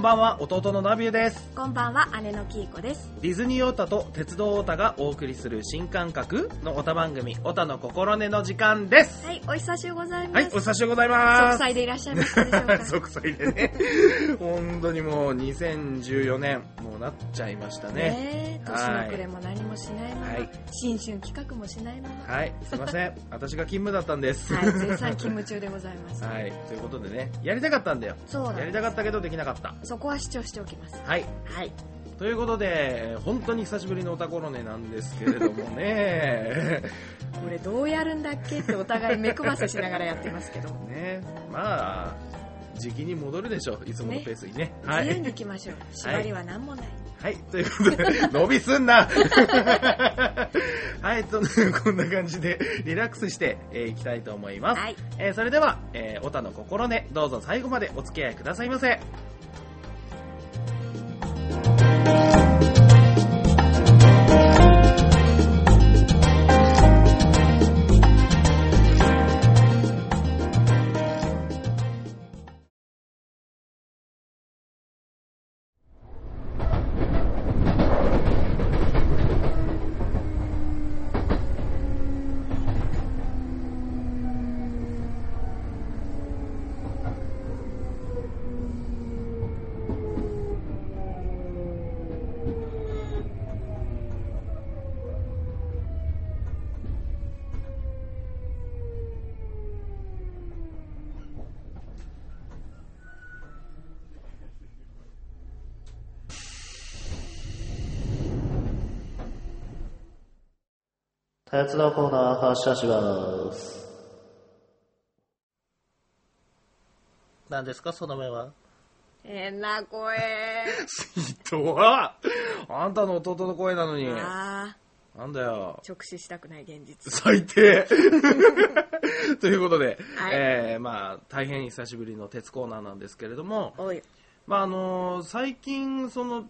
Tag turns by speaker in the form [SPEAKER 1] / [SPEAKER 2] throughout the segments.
[SPEAKER 1] ばんは弟のナビューです
[SPEAKER 2] こんばんは、姉のきいこです。
[SPEAKER 1] ディズニーオタと鉄道オタがお送りする新感覚のオタ番組オタの心根の時間です
[SPEAKER 2] はい、お久しゅうございます。
[SPEAKER 1] はいお久しぶりでござい
[SPEAKER 2] 息
[SPEAKER 1] ます
[SPEAKER 2] 災でいらっしゃいましたでしょうか。
[SPEAKER 1] 即歳でね本当にもう2014年もうなっちゃいましたね
[SPEAKER 2] ねえ年の暮れも何もしないまま、
[SPEAKER 1] はい
[SPEAKER 2] 新春企画もしないまま、
[SPEAKER 1] はいすいません私が勤務だったんです
[SPEAKER 2] はい、絶賛勤務中でございます。
[SPEAKER 1] はいということでねやりたかったんだよ
[SPEAKER 2] そうなん
[SPEAKER 1] やり
[SPEAKER 2] で
[SPEAKER 1] たかったけどできなかった
[SPEAKER 2] す。そこは主張しておきます。
[SPEAKER 1] はい
[SPEAKER 2] はい。
[SPEAKER 1] ということで本当に久しぶりのオタコロネなんですけれどもね
[SPEAKER 2] これどうやるんだっけってお互い目くばせしながらやってますけど、
[SPEAKER 1] ねまあ時期に戻るでしょういつものペースにねは
[SPEAKER 2] 自由
[SPEAKER 1] い、
[SPEAKER 2] に行きましょう。縛りは何もない。
[SPEAKER 1] はい、ということで 伸びすんな はいとこんな感じでリラックスしてえーいきたいと思います、
[SPEAKER 2] はい。
[SPEAKER 1] えーそれでは、えー、オタの心根どうぞ最後までお付き合いくださいませ
[SPEAKER 3] 鉄道コーナー発車します。何ですか、その目は。
[SPEAKER 2] 変な声。
[SPEAKER 1] 人はあんたの弟の声なのに
[SPEAKER 2] あ
[SPEAKER 1] なんだよ
[SPEAKER 2] ー、直視したくない現 実。
[SPEAKER 1] 最低ということで、
[SPEAKER 2] はい
[SPEAKER 1] えーまあ、大変久しぶりの鉄コーナーなんですけれども、
[SPEAKER 2] おい。
[SPEAKER 1] まああのー最近その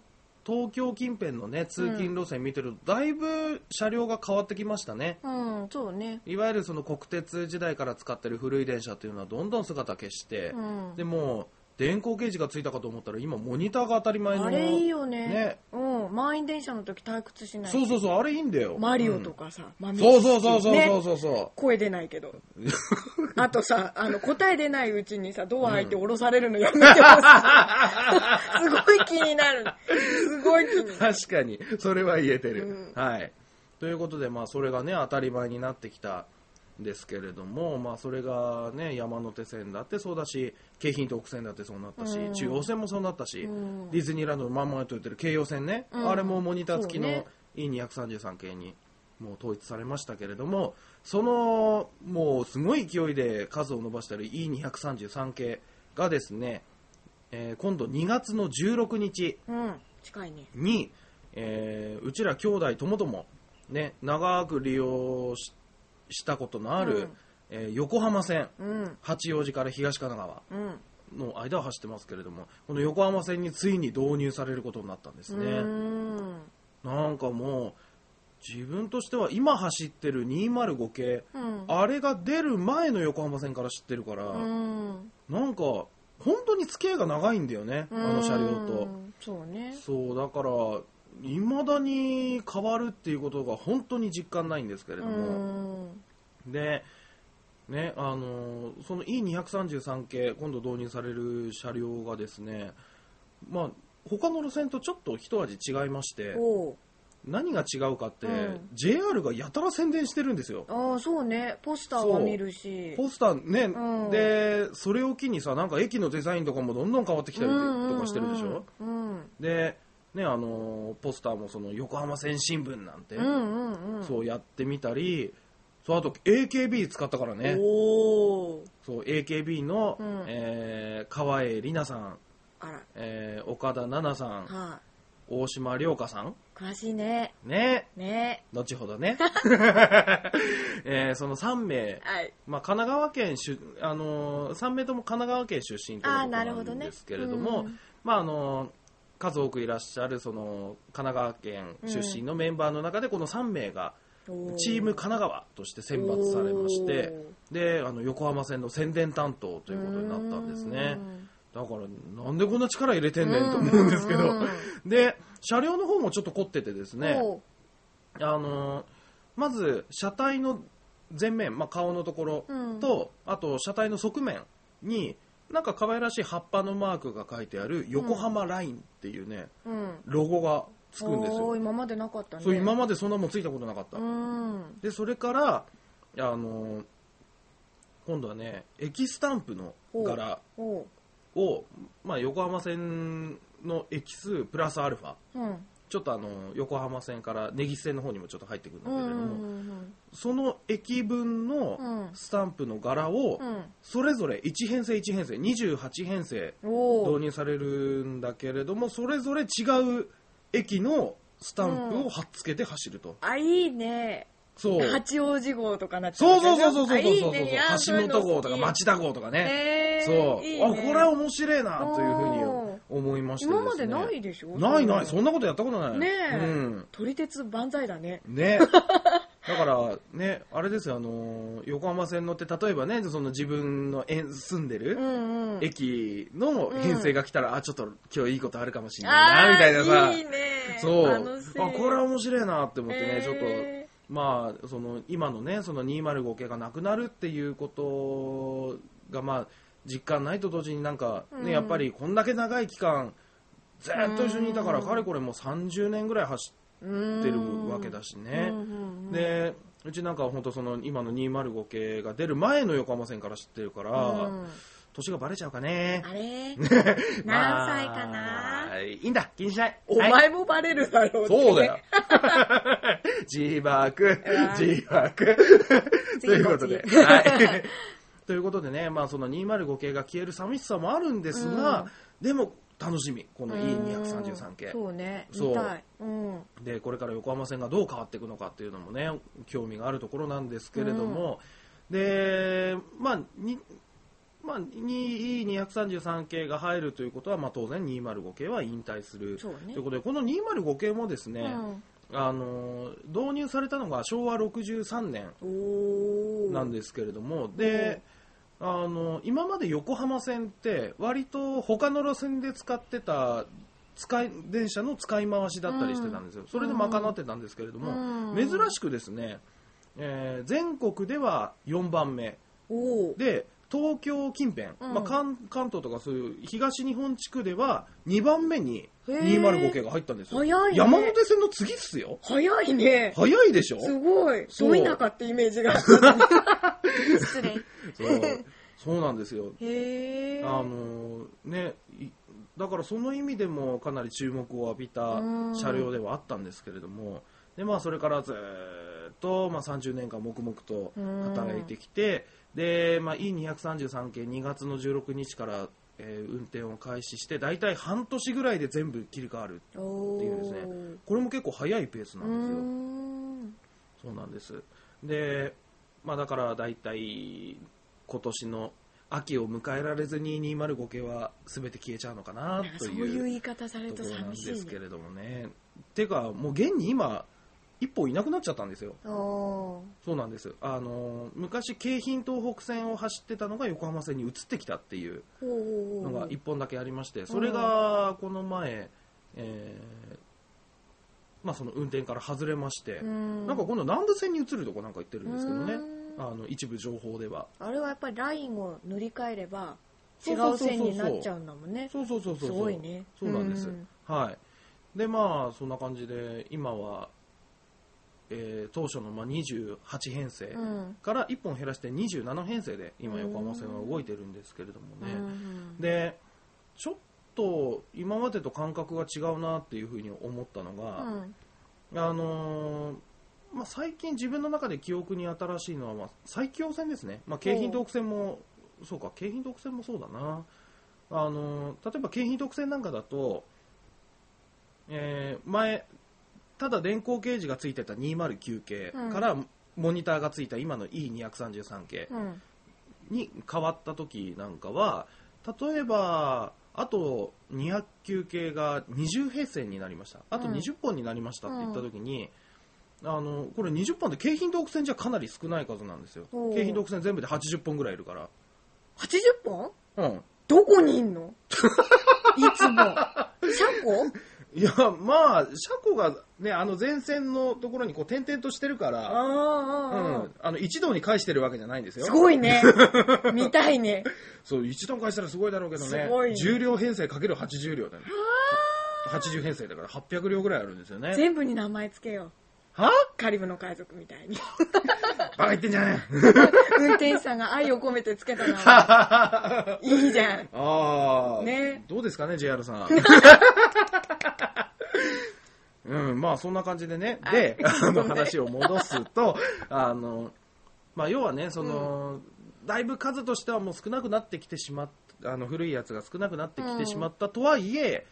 [SPEAKER 1] 東京近辺の、ね、通勤路線見てると、だいぶ車両が変わってきましたね
[SPEAKER 2] うん、そうね。
[SPEAKER 1] いわゆるその国鉄時代から使ってる古い電車というのはどんどん姿消して、
[SPEAKER 2] うん。
[SPEAKER 1] でもう電光掲示がついたかと思ったら今モニターが当たり前の
[SPEAKER 2] あれいいよね
[SPEAKER 1] ね
[SPEAKER 2] うん、満員電車の時退屈しない
[SPEAKER 1] そうそうそうあれいいんだよ
[SPEAKER 2] マリオと、かさ、マ
[SPEAKER 1] うん
[SPEAKER 2] ミ
[SPEAKER 1] そうそうそうそうそう
[SPEAKER 2] ね
[SPEAKER 1] そうそ
[SPEAKER 2] 声出ない けど
[SPEAKER 1] う、
[SPEAKER 2] あとさあの答え出ないうちにさドア開いて降ろされるのやめてほし いすごい気になるすごい気になる
[SPEAKER 1] 確かにそれは言えてる、
[SPEAKER 2] う
[SPEAKER 1] はいということでまあそれがね当たり前になってきたんですけれどもまあそれがね山手線だってそうだし京浜東北線だってそうなったし、
[SPEAKER 2] うん
[SPEAKER 1] 中央線もそうなったし、
[SPEAKER 2] うん
[SPEAKER 1] ディズニーランドのまんまと言ってる京葉線ね、
[SPEAKER 2] うん
[SPEAKER 1] あれもモニター付き
[SPEAKER 2] そう
[SPEAKER 1] の
[SPEAKER 2] ね
[SPEAKER 1] E233 系にもう統一されましたけれどもそのもうすごい勢いで数を伸ばしてる E233 系がですね、えー今度2月の16日、
[SPEAKER 2] うん近いね
[SPEAKER 1] に、えーうちら兄弟ともとも、ね、長く利用ししたことのある、
[SPEAKER 2] うん
[SPEAKER 1] えー横浜線
[SPEAKER 2] うん
[SPEAKER 1] 八王子から東神奈
[SPEAKER 2] うん
[SPEAKER 1] 川の間を走ってますけれどもこの横浜線についに導入されることになったんです
[SPEAKER 2] う
[SPEAKER 1] ね。
[SPEAKER 2] ーん
[SPEAKER 1] なんかもう自分としては今走ってる205系
[SPEAKER 2] うん
[SPEAKER 1] あれが出る前の横浜線から知ってるから、
[SPEAKER 2] うん
[SPEAKER 1] なんか本当に付き合いが長いんだよね、あの車両と。
[SPEAKER 2] そうね
[SPEAKER 1] そうだからいまだに変わるっていうことが本当に実感ないんですけれ
[SPEAKER 2] う
[SPEAKER 1] ども、
[SPEAKER 2] ん
[SPEAKER 1] で、ね、あのーその E233 系今度導入される車両がですね、まあ、他の路線とちょっと一味違いまして
[SPEAKER 2] おう
[SPEAKER 1] 何が違うかって、
[SPEAKER 2] うん
[SPEAKER 1] JR がやたら宣伝してるんですよ。
[SPEAKER 2] ああそうねポスターは見るし
[SPEAKER 1] ポスターね、
[SPEAKER 2] うん
[SPEAKER 1] でそれを機にさなんか駅のデザインとかもどんどん変わってきたりとかしてるでしょ、
[SPEAKER 2] うんうん
[SPEAKER 1] で、ね、あのーポスターもその横浜線新聞なんて、
[SPEAKER 2] うんうんうんうん
[SPEAKER 1] そうやってみたりそうあと AKB 使ったからね
[SPEAKER 2] おお
[SPEAKER 1] そう AKB の、
[SPEAKER 2] うん
[SPEAKER 1] えー川栄里奈さん、
[SPEAKER 2] あら
[SPEAKER 1] えー岡田奈々さん
[SPEAKER 2] は
[SPEAKER 1] 大島涼香さん
[SPEAKER 2] い、詳しいね
[SPEAKER 1] ね
[SPEAKER 2] ね
[SPEAKER 1] 後ほど ね、えーその3名、
[SPEAKER 2] はい
[SPEAKER 1] まあ、神奈川県出、あのー、3名とも神奈川県出身という
[SPEAKER 2] あ
[SPEAKER 1] こ
[SPEAKER 2] あ
[SPEAKER 1] と
[SPEAKER 2] なるほど
[SPEAKER 1] なん
[SPEAKER 2] ね
[SPEAKER 1] ですけれども、
[SPEAKER 2] うん
[SPEAKER 1] まああの数多くいらっしゃるその神奈川県出身のメンバーの中でこの3名がチーム神奈川として選抜されましてであの横浜線の宣伝担当ということになったんですね。だから、なんでこんな力入れてんねんと思うんですけ
[SPEAKER 2] う
[SPEAKER 1] ど
[SPEAKER 2] んうんうん、
[SPEAKER 1] で、車両の方もちょっと凝っててですね、
[SPEAKER 2] おう
[SPEAKER 1] あのーまず車体の前面、まあ、顔のところ
[SPEAKER 2] うん
[SPEAKER 1] と、あと車体の側面になんか可愛らしい葉っぱのマークが書いてある横浜ラインっていうね、
[SPEAKER 2] うん。
[SPEAKER 1] ロゴがつくんですよ、
[SPEAKER 2] おー今までなかったね。
[SPEAKER 1] そう今までそんなもんついたことなかった、
[SPEAKER 2] うん。
[SPEAKER 1] でそれからあのー今度はね駅スタンプの柄
[SPEAKER 2] おう
[SPEAKER 1] を、まあ、横浜線の駅数プラスアルファ
[SPEAKER 2] うん。
[SPEAKER 1] ちょっとあのー横浜線から根岸線の方にもちょっと入ってくるんだ
[SPEAKER 2] う
[SPEAKER 1] け
[SPEAKER 2] ん
[SPEAKER 1] れど
[SPEAKER 2] う
[SPEAKER 1] も、
[SPEAKER 2] ん
[SPEAKER 1] その駅分の
[SPEAKER 2] うん
[SPEAKER 1] スタンプの柄を
[SPEAKER 2] うん。うん。
[SPEAKER 1] それぞれ1編成1編成28編成
[SPEAKER 2] お
[SPEAKER 1] 導
[SPEAKER 2] う
[SPEAKER 1] 入されるんだけれどもそれぞれ違う駅のスタンプを貼っつけて走ると
[SPEAKER 2] あ、いいね。
[SPEAKER 1] そう
[SPEAKER 2] 八王子号とかなっちゃ
[SPEAKER 1] そう
[SPEAKER 2] う
[SPEAKER 1] そうそうそうそう
[SPEAKER 2] わけじゃん。
[SPEAKER 1] そう
[SPEAKER 2] あいい
[SPEAKER 1] そう
[SPEAKER 2] ね。いや
[SPEAKER 1] 橋本号とか。町田号とか
[SPEAKER 2] そう
[SPEAKER 1] ね
[SPEAKER 2] いうの好き
[SPEAKER 1] そう
[SPEAKER 2] へーいい
[SPEAKER 1] あ
[SPEAKER 2] ね
[SPEAKER 1] これは面白いなという
[SPEAKER 2] おー
[SPEAKER 1] ふうに思いました
[SPEAKER 2] 今までないいでしょ
[SPEAKER 1] ないない
[SPEAKER 2] ん
[SPEAKER 1] そんなことやったことない
[SPEAKER 2] ねえ
[SPEAKER 1] うん
[SPEAKER 2] 撮り鉄万歳だね。
[SPEAKER 1] ねだからねあれですよあのー横浜線乗って例えばねその自分の縁住んでる、
[SPEAKER 2] うんうん。
[SPEAKER 1] 駅の編成が来たら、あちょっと今日いいことあるかもしれ
[SPEAKER 2] あ
[SPEAKER 1] ないな
[SPEAKER 2] ー
[SPEAKER 1] みたいなさ
[SPEAKER 2] いいね。
[SPEAKER 1] そう
[SPEAKER 2] 楽しい。
[SPEAKER 1] あこれは面白いなって思ってね、ちょっと
[SPEAKER 2] え
[SPEAKER 1] まあその今のねその205系がなくなるっていうことがまあ実感ないと同時になんかね、
[SPEAKER 2] うん
[SPEAKER 1] やっぱりこんだけ長い期間ずっと一緒にいたから、
[SPEAKER 2] うん
[SPEAKER 1] かれこれもう30年ぐらい走
[SPEAKER 2] ー
[SPEAKER 1] ってるわけだしね、
[SPEAKER 2] うんうんうん
[SPEAKER 1] でうちなんかは本当その今の205系が出る前の横浜線から知ってるから、
[SPEAKER 2] うん
[SPEAKER 1] 年がバレちゃうかね
[SPEAKER 2] あれ
[SPEAKER 1] まあ
[SPEAKER 2] 何歳かな、
[SPEAKER 1] いいんだ、気にしない。
[SPEAKER 2] お
[SPEAKER 1] はい
[SPEAKER 2] 前もバレるだろうってね
[SPEAKER 1] そう だよ。自爆
[SPEAKER 2] う、わ
[SPEAKER 1] 自爆。ということで。
[SPEAKER 2] 次
[SPEAKER 1] はい。ということでね、まあその205系が消える寂しさもあるんですが、でも楽しみ、この
[SPEAKER 2] うん
[SPEAKER 1] E233 系。
[SPEAKER 2] そうね
[SPEAKER 1] そう
[SPEAKER 2] 見たい、うん、
[SPEAKER 1] でこれから横浜線がどう変わっていくのかっていうのもね興味があるところなんですけれども、でまあにまあ、に E233 系が入るということは、まあ、当然205系は引退する
[SPEAKER 2] そうね
[SPEAKER 1] ということでこの205系もですね、あの導入されたのが昭和63年
[SPEAKER 2] うん、おお
[SPEAKER 1] なんですけれども、であの今まで横浜線って割と他の路線で使ってた使い電車の使い回しだったりしてたんですよ、それで賄ってたんですけれども、
[SPEAKER 2] うん
[SPEAKER 1] 珍しくですね、えー全国では4番目
[SPEAKER 2] おー
[SPEAKER 1] で東京近辺、
[SPEAKER 2] うん
[SPEAKER 1] まあ、関関東とかそういう東日本地区では2番目に
[SPEAKER 2] へー
[SPEAKER 1] 205系が入ったんですよ、
[SPEAKER 2] 早いね
[SPEAKER 1] 山手線の次っすよ
[SPEAKER 2] 早いね
[SPEAKER 1] 早いでしょ
[SPEAKER 2] すごい
[SPEAKER 1] そう
[SPEAKER 2] どいなかってイメージが 失礼
[SPEAKER 1] そうそうなんですよ
[SPEAKER 2] へえ
[SPEAKER 1] あのね、いだからその意味でもかなり注目を浴びた
[SPEAKER 2] うん
[SPEAKER 1] 車両ではあったんですけれども、でまあ、それからずーっと、まあ、30年間黙々と働いてきて、でまあ、E233 系2月の16日から、えー運転を開始して大体半年ぐらいで全部切り替わる
[SPEAKER 2] お
[SPEAKER 1] っていうですねこれも結構早いペースな
[SPEAKER 2] ーうん
[SPEAKER 1] ですよ。そ
[SPEAKER 2] ん
[SPEAKER 1] うなんです。で、まあだから大体今年の秋を迎えられずに205系は全て消えちゃうのかな
[SPEAKER 2] なんか
[SPEAKER 1] と
[SPEAKER 2] そう
[SPEAKER 1] い
[SPEAKER 2] いう
[SPEAKER 1] う
[SPEAKER 2] 言い方される
[SPEAKER 1] と
[SPEAKER 2] と
[SPEAKER 1] ころなん
[SPEAKER 2] 寂
[SPEAKER 1] で
[SPEAKER 2] しいね
[SPEAKER 1] すけれどもね。てか、もう現に今、一本いなくなっちゃったんですよ。
[SPEAKER 2] おー
[SPEAKER 1] そうなんです。あの、昔、京浜東北線を走ってたのが横浜線に移ってきたっていう
[SPEAKER 2] おーおー
[SPEAKER 1] の
[SPEAKER 2] お
[SPEAKER 1] が
[SPEAKER 2] ー
[SPEAKER 1] 一本だけありまして、それがこの前、えーまあその運転から外れまして、
[SPEAKER 2] うん
[SPEAKER 1] なんか今度南部線に移るとこなんか言ってるんですけどね
[SPEAKER 2] う、ん
[SPEAKER 1] あの一部情報では。
[SPEAKER 2] あれはやっぱりラインを塗り替えれば違
[SPEAKER 1] そうそう
[SPEAKER 2] う
[SPEAKER 1] そうそう
[SPEAKER 2] 線になっちゃうんだもんね
[SPEAKER 1] そうそうそうそう。
[SPEAKER 2] すごいね
[SPEAKER 1] そうなんです。
[SPEAKER 2] うん
[SPEAKER 1] はい。でまあそんな感じで今は、えー当初のまあ28編成
[SPEAKER 2] うん
[SPEAKER 1] から1本減らして27編成で今横浜線は動いてるんですけれども
[SPEAKER 2] う
[SPEAKER 1] ね。
[SPEAKER 2] ん
[SPEAKER 1] でちょっと今までと感覚が違うなっていうふうに思ったの
[SPEAKER 2] う
[SPEAKER 1] が、
[SPEAKER 2] ん
[SPEAKER 1] あのーまあ、最近自分の中で記憶に新しいのは、まあ、埼京線ですね、まあ、京浜東北線もそうか京浜東北線もそうだな、あのー例えば京浜東北線なんかだと、えー前ただ電光掲示がついてた209系から、モニターがついた今の E233 系
[SPEAKER 2] うん
[SPEAKER 1] に変わった時なんかは例えばあと209系が20平成になりましたあと
[SPEAKER 2] うん
[SPEAKER 1] 20本になりましたって言った時に、あのこれ20本って京浜東北線じゃかなり少ない数なんですよ
[SPEAKER 2] おう
[SPEAKER 1] 京浜東北線全部で80本ぐらいいるから、
[SPEAKER 2] 80本
[SPEAKER 1] うん、
[SPEAKER 2] どこにいんのいつ も。車庫
[SPEAKER 1] いや、まあ、車庫がね、あの前線のところにこう点々としてるから、う
[SPEAKER 2] ああ
[SPEAKER 1] ん、あの一堂に返してるわけじゃないんですよ。
[SPEAKER 2] すごい ね。見たいね。
[SPEAKER 1] そう、一堂に返したらすごいだろうけどね
[SPEAKER 2] すごい、ね
[SPEAKER 1] 10両編成かける80両だね。80編成だから800両ぐらいあるんですよね。
[SPEAKER 2] 全部に名前つけよう。
[SPEAKER 1] は
[SPEAKER 2] カリブの海賊みたい に。
[SPEAKER 1] バカ言ってんじゃね
[SPEAKER 2] 運転手さんが愛を込めてつけた名
[SPEAKER 1] え
[SPEAKER 2] 前。
[SPEAKER 1] あ
[SPEAKER 2] いいじゃん。
[SPEAKER 1] あ、
[SPEAKER 2] ね
[SPEAKER 1] どうですかね、JR さ ん。うん、まあそんな感じでね。で、あの話を戻す と、あの、まあ要はね、その、だいぶ数としてはもう少なくなってきてしまっあの古いやつが少なくなってきてしまったとはいえ、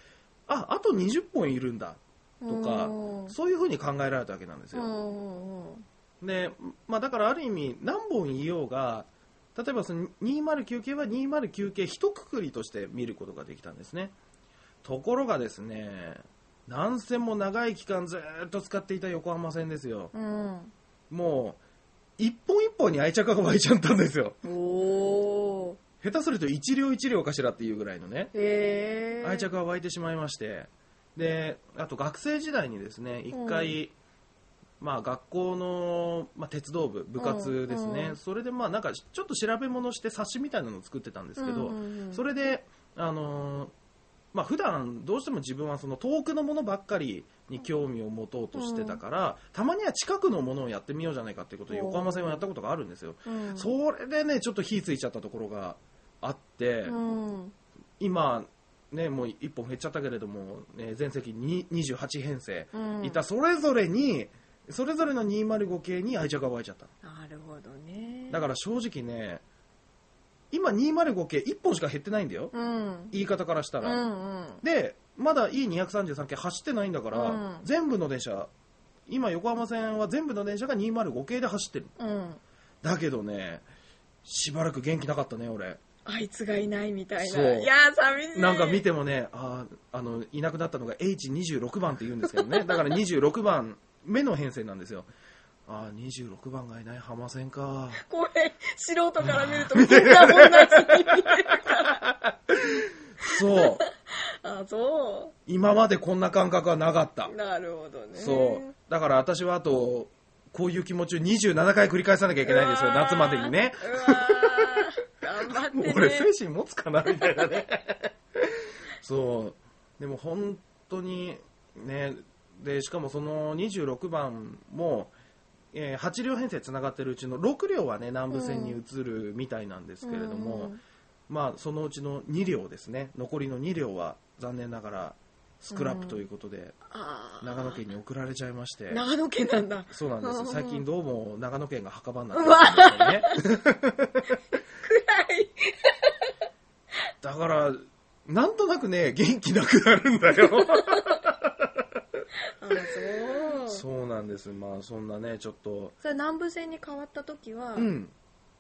[SPEAKER 1] あ、あと20本いるんだとか
[SPEAKER 2] うん、
[SPEAKER 1] そういうふうに考えられたわけなんです
[SPEAKER 2] う
[SPEAKER 1] よ。
[SPEAKER 2] んうんうん
[SPEAKER 1] で、まあ、だからある意味何本言いようが例えばその209系は209系一括りとして見ることができたんですねところがですね何線も長い期間ずっと使っていた横浜線ですよ
[SPEAKER 2] うん。
[SPEAKER 1] もう一本一本に愛着が湧いちゃったんですよ
[SPEAKER 2] おー。
[SPEAKER 1] 下手すると一両一両かしらっていうぐらいのね
[SPEAKER 2] へえ。
[SPEAKER 1] 愛着が湧いてしまいましてであと学生時代にですね一回、まあ、学校の、まあ、鉄道部部活ですね、
[SPEAKER 2] うんうん
[SPEAKER 1] それでまあなんかちょっと調べ物して冊子みたいなのを作ってたんですけど、
[SPEAKER 2] うんうんうん
[SPEAKER 1] それであのーまあ普段どうしても自分はその遠くのものばっかりに興味を持とうとしてたから、たまには近くのものをやってみようじゃないかってことで横浜線はやったことがあるんですよ、
[SPEAKER 2] うん
[SPEAKER 1] それでねちょっと火ついちゃったところがあって、
[SPEAKER 2] うん。
[SPEAKER 1] 今、ね、もう1本減っちゃったけれども、ね、全席に28編成
[SPEAKER 2] うん
[SPEAKER 1] いたそれぞれに、それぞれの205系に愛着が湧いちゃった
[SPEAKER 2] なるほどね。
[SPEAKER 1] だから正直ね今205系1本しか減ってないんだよ、
[SPEAKER 2] うん。
[SPEAKER 1] 言い方からした
[SPEAKER 2] う
[SPEAKER 1] ら、
[SPEAKER 2] んうん。
[SPEAKER 1] でまだ E233 系走ってないんだから、
[SPEAKER 2] うん
[SPEAKER 1] 全部の電車今横浜線は全部の電車が205系で走ってる
[SPEAKER 2] うん。
[SPEAKER 1] だけどねしばらく元気なかったね俺
[SPEAKER 2] あいつがいないみたい
[SPEAKER 1] そ
[SPEAKER 2] な。
[SPEAKER 1] う
[SPEAKER 2] いやー、寂しい。
[SPEAKER 1] なんか見てもね、あーあのいなくなったのが H26 番って言うんですけど ね、だから26番、目の編成なんですよ。ああ、26番がいない浜線か。
[SPEAKER 2] これ、素人から見るとみんな同じ に見える。
[SPEAKER 1] そう、
[SPEAKER 2] あ、そ
[SPEAKER 1] 今までこんな感覚はなかった
[SPEAKER 2] う。。なるほどね。
[SPEAKER 1] そう、だから私はあと、こういう気持ちを27回繰り返さなきゃいけないんですよ、
[SPEAKER 2] うわー
[SPEAKER 1] 夏までにね。
[SPEAKER 2] うわー頑張って
[SPEAKER 1] もう
[SPEAKER 2] ね。
[SPEAKER 1] 俺、精神持つかなみたいなね。 そう、でも本当にね、でしかもその26番も、えー8両編成つながってるうちの6両はね南部線に移るみたいなんですけれども、
[SPEAKER 2] うん
[SPEAKER 1] まあ、そのうちの2両ですね残りの2両は残念ながらスクラップということで、
[SPEAKER 2] あー
[SPEAKER 1] 長野県に送られちゃいまして。
[SPEAKER 2] 長野県 なんだ。
[SPEAKER 1] そうなんですよ
[SPEAKER 2] うん
[SPEAKER 1] 最近どうも長野県が墓場になってるんですよね。
[SPEAKER 2] 暗い。
[SPEAKER 1] だから、なんとなくね、元気なくなるんだ よ。
[SPEAKER 2] あ、そう。
[SPEAKER 1] そうなんです。まあそんなね、ちょっと。
[SPEAKER 2] それ南部線に変わった時は
[SPEAKER 1] う、ん。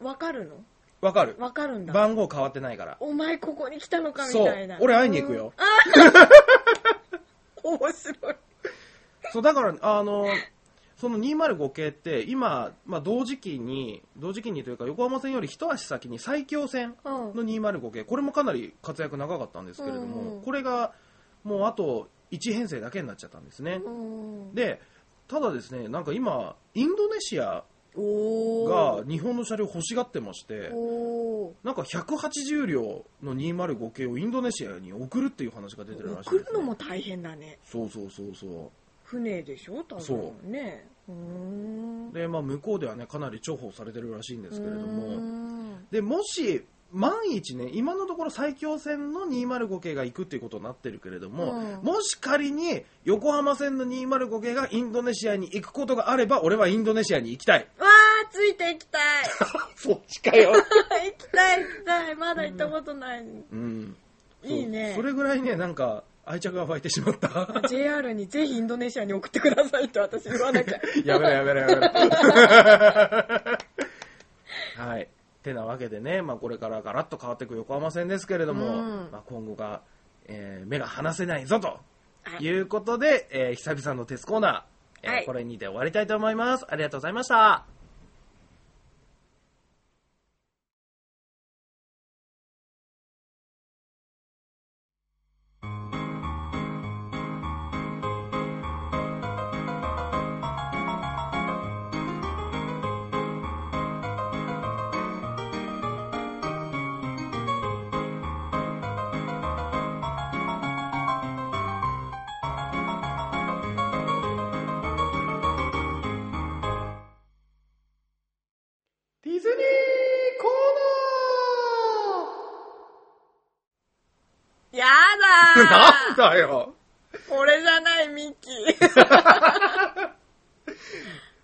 [SPEAKER 2] わかるの
[SPEAKER 1] わかる。
[SPEAKER 2] わかるんだ。
[SPEAKER 1] 番号変わってないから。
[SPEAKER 2] お前ここに来たのかみ
[SPEAKER 1] そう
[SPEAKER 2] たいな。。
[SPEAKER 1] 俺会いに行くよ。
[SPEAKER 2] うん。面白い。
[SPEAKER 1] そう、だから、あの、その205系って今、まあ同時期に、同時期にというか横浜線より一足先に最強線
[SPEAKER 2] うん。
[SPEAKER 1] の205系、これもかなり活躍長かったんですけれど
[SPEAKER 2] うんう
[SPEAKER 1] も
[SPEAKER 2] ん、
[SPEAKER 1] これがもうあと1編成だけになっちゃったんですね。
[SPEAKER 2] うん
[SPEAKER 1] で、ただですね、なんか今、インドネシア
[SPEAKER 2] おー
[SPEAKER 1] が日本の車両欲しがってまして、
[SPEAKER 2] おー
[SPEAKER 1] なんか180両の205系をインドネシアに送るっていう話が出てるらしい
[SPEAKER 2] 送
[SPEAKER 1] です、ね
[SPEAKER 2] る、のも大変だね。
[SPEAKER 1] そうそうそうそ
[SPEAKER 2] 船でしょ多分
[SPEAKER 1] そ
[SPEAKER 2] ね。うーん
[SPEAKER 1] う。で、まあ、向こうではねかなり重宝されてるらしいんですけれど
[SPEAKER 2] うー
[SPEAKER 1] も
[SPEAKER 2] ん
[SPEAKER 1] でもし万一ね今のところ最強線の205系が行くっていうことになってるけれども、
[SPEAKER 2] うん
[SPEAKER 1] もし仮に横浜線の205系がインドネシアに行くことがあれば俺はインドネシアに行きた い
[SPEAKER 2] わー、ついていき たい。
[SPEAKER 1] そっちかよ、
[SPEAKER 2] 行きたい、行きたい。まだ行ったこ とない。
[SPEAKER 1] うん、
[SPEAKER 2] いいね
[SPEAKER 1] そうそれぐらいねなんか愛着が湧いてしまった
[SPEAKER 2] JR にぜひインドネシアに送ってくださいって私言わな きゃ。
[SPEAKER 1] やめろやめろやめろ。はい。てなわけでね、まあ、これからガラッと変わっていく横浜線ですけれども、
[SPEAKER 2] うん
[SPEAKER 1] まあ、今後が、えー目が離せないぞと
[SPEAKER 2] はい
[SPEAKER 1] いうことで、えー久々の鉄コーナー、えー
[SPEAKER 2] はい
[SPEAKER 1] これにて終わりたいと思います。ありがとうございました。スニーコ
[SPEAKER 2] や
[SPEAKER 1] ーナーなん
[SPEAKER 2] だ
[SPEAKER 1] だよ
[SPEAKER 2] ーこれじゃない、ミッキー。